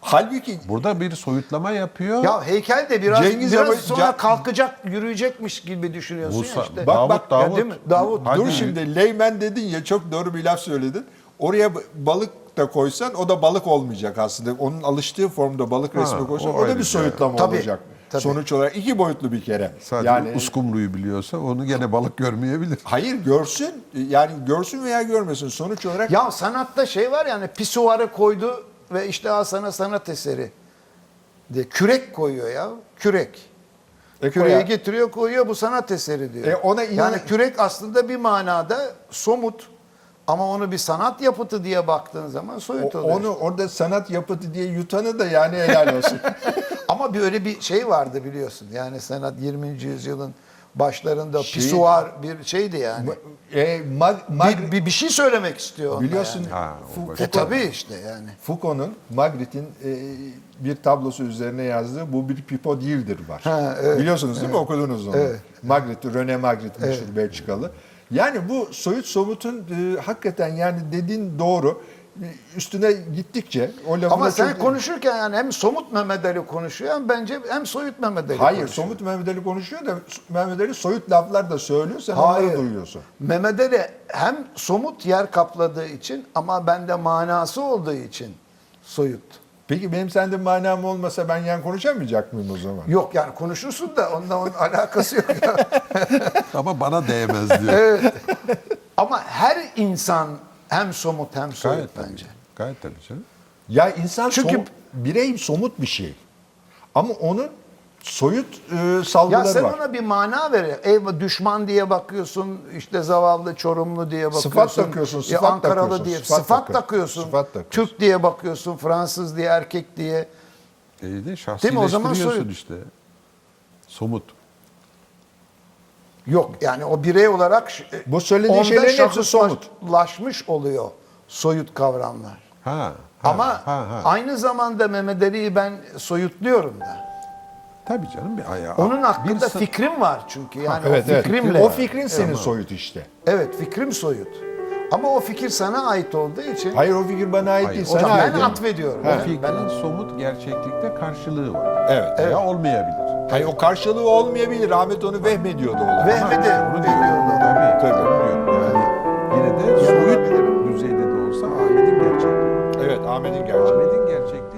Speaker 2: Halbuki
Speaker 3: Burada bir soyutlama yapıyor.
Speaker 1: Ya heykel de biraz
Speaker 2: Cengiz
Speaker 1: biraz
Speaker 2: Ama-
Speaker 1: sonra
Speaker 2: Ca-
Speaker 1: kalkacak, yürüyecekmiş gibi düşünüyorsun ya
Speaker 3: Musa,
Speaker 1: işte.
Speaker 3: Davut,
Speaker 2: bak,
Speaker 1: ya
Speaker 3: Davut.
Speaker 1: değil mi? Davut,
Speaker 3: Hadi.
Speaker 2: dur şimdi leymen dedin ya çok doğru bir laf söyledin. Oraya b- balık da koysan o da balık olmayacak aslında. Onun alıştığı formda balık
Speaker 3: Ha,
Speaker 2: resmi koysan
Speaker 3: o
Speaker 2: o, da
Speaker 3: ayrı
Speaker 2: bir
Speaker 3: bir şey.
Speaker 2: soyutlama
Speaker 1: Tabii,
Speaker 2: olacak.
Speaker 1: tabii.
Speaker 2: Sonuç olarak iki boyutlu bir kere.
Speaker 3: Sadece
Speaker 2: yani
Speaker 3: uskumruyu biliyorsa onu gene balık görmeyebilir. *laughs*
Speaker 2: hayır görsün yani görsün veya görmesin sonuç olarak
Speaker 1: Ya sanatta şey var yani pisuarı koydu ve işte al sana sanat eseri. De, kürek koyuyor ya. Kürek.
Speaker 2: E,
Speaker 1: Küreği
Speaker 2: koyar.
Speaker 1: getiriyor koyuyor bu sanat eseri diyor.
Speaker 2: E, ona inan-
Speaker 1: Yani kürek aslında bir manada somut ama onu bir sanat yapıtı diye baktığın zaman soyut
Speaker 2: o-
Speaker 1: oluyor.
Speaker 2: onu orada sanat yapıtı diye yutanı da yani
Speaker 1: *laughs*
Speaker 2: helal olsun.
Speaker 1: Ama bir öyle bir şey vardı biliyorsun. Yani sanat 20. yüzyılın başlarında
Speaker 2: Şey-
Speaker 1: pisuar bir şeydi yani.
Speaker 2: e, mag, mag,
Speaker 1: bir, bir, bir şey söylemek istiyor onlar
Speaker 2: biliyorsun
Speaker 1: yani.
Speaker 3: Ha, o
Speaker 2: Fu-
Speaker 3: başka.
Speaker 1: E tabii işte yani.
Speaker 2: Foucault'un Magritte'in e, bir tablosu üzerine yazdığı bu bir pipo değildir var.
Speaker 1: Ha, evet,
Speaker 2: Biliyorsunuz değil mi? Okudunuz onu. Magritte, Rene Magritte meşhur Belçikalı. Yani bu soyut somutun e, hakikaten yani dediğin doğru. E, Üstüne gittikçe o lafına
Speaker 1: Ama sen
Speaker 2: çok-
Speaker 1: konuşurken yani hem somut Mehmet Ali konuşuyor hem bence hem soyut Mehmet Ali
Speaker 2: Hayır,
Speaker 1: konuşuyor.
Speaker 2: somut Mehmet Ali konuşuyor da Mehmet Ali soyut laflar da söylüyor. Sen
Speaker 1: Hayır.
Speaker 2: onları duyuyorsun.
Speaker 1: Mehmet Ali hem somut yer kapladığı için ama bende manası olduğu için soyut.
Speaker 2: Peki benim sende manam olmasa ben yan konuşamayacak mıyım o zaman?
Speaker 1: Yok yani konuşursun da onunla *laughs* onun alakası yok.
Speaker 3: Ama bana değmez diyor.
Speaker 1: ama her insan hem somut hem soyut
Speaker 3: Gayet tabii.
Speaker 1: bence.
Speaker 3: Gayet tabii canım.
Speaker 2: Ya insan
Speaker 1: Çünkü-
Speaker 2: somut- birey somut bir şey. Ama onun soyut e, salgıları
Speaker 1: Ya sen
Speaker 2: var.
Speaker 1: ona bir mana ver. Eyvah düşman diye bakıyorsun, işte zavallı Çorumlu diye bakıyorsun.
Speaker 2: Sıfat takıyorsun,
Speaker 1: ya
Speaker 2: sıfat
Speaker 1: Ankaralı
Speaker 2: takıyorsun,
Speaker 1: diye sıfat,
Speaker 2: sıfat takıyorsun,
Speaker 1: takıyorsun,
Speaker 2: sıfat takıyorsun.
Speaker 1: Türk diye bakıyorsun, Fransız diye, erkek diye.
Speaker 3: E de
Speaker 1: Değil mi? O zaman
Speaker 3: şahsileştiriyorsun
Speaker 1: soyut.
Speaker 3: işte. Somut.
Speaker 1: Yok yani o birey olarak ş- e,
Speaker 2: Bu söylediğin
Speaker 1: onda
Speaker 2: şeylerin hepsi somut.
Speaker 1: şahıslaşmış oluyor soyut kavramlar.
Speaker 3: Ha, ha,
Speaker 1: Ama
Speaker 3: ha, ha.
Speaker 1: aynı zamanda Mehmet Ali'yi ben soyutluyorum da.
Speaker 3: tabii canım bir ayağı.
Speaker 1: Onun hakkında
Speaker 3: sa-
Speaker 1: fikrim var çünkü yani
Speaker 2: Evet,
Speaker 1: o
Speaker 2: evet.
Speaker 1: fikrimle.
Speaker 2: O fikrin senin soyut işte.
Speaker 1: Evet fikrim soyut. Ama o fikir sana ait olduğu için
Speaker 2: Hayır o fikir bana ait
Speaker 3: Hayır,
Speaker 2: değil.
Speaker 3: o
Speaker 2: Sana
Speaker 1: Hocam
Speaker 2: ait.
Speaker 1: ben
Speaker 2: değil.
Speaker 1: atfediyorum.
Speaker 3: O
Speaker 1: Ben-
Speaker 3: fikrin
Speaker 1: ben-
Speaker 3: somut gerçeklikte karşılığı var.
Speaker 2: Evet.
Speaker 3: Veya olmayabilir.
Speaker 2: Hayır o karşılığı olmayabilir. Ahmet onu vehmediyordu olarak.
Speaker 1: Vehmedi veriyorlar.
Speaker 3: Tabii.
Speaker 2: Tabii.
Speaker 3: Diyorum. Yani yine de soyut düzeyde de olsa Ahmet'in gerçekliği.
Speaker 2: Evet Ahmet'in gerçeği.
Speaker 3: Ahmet'in gerçekliği.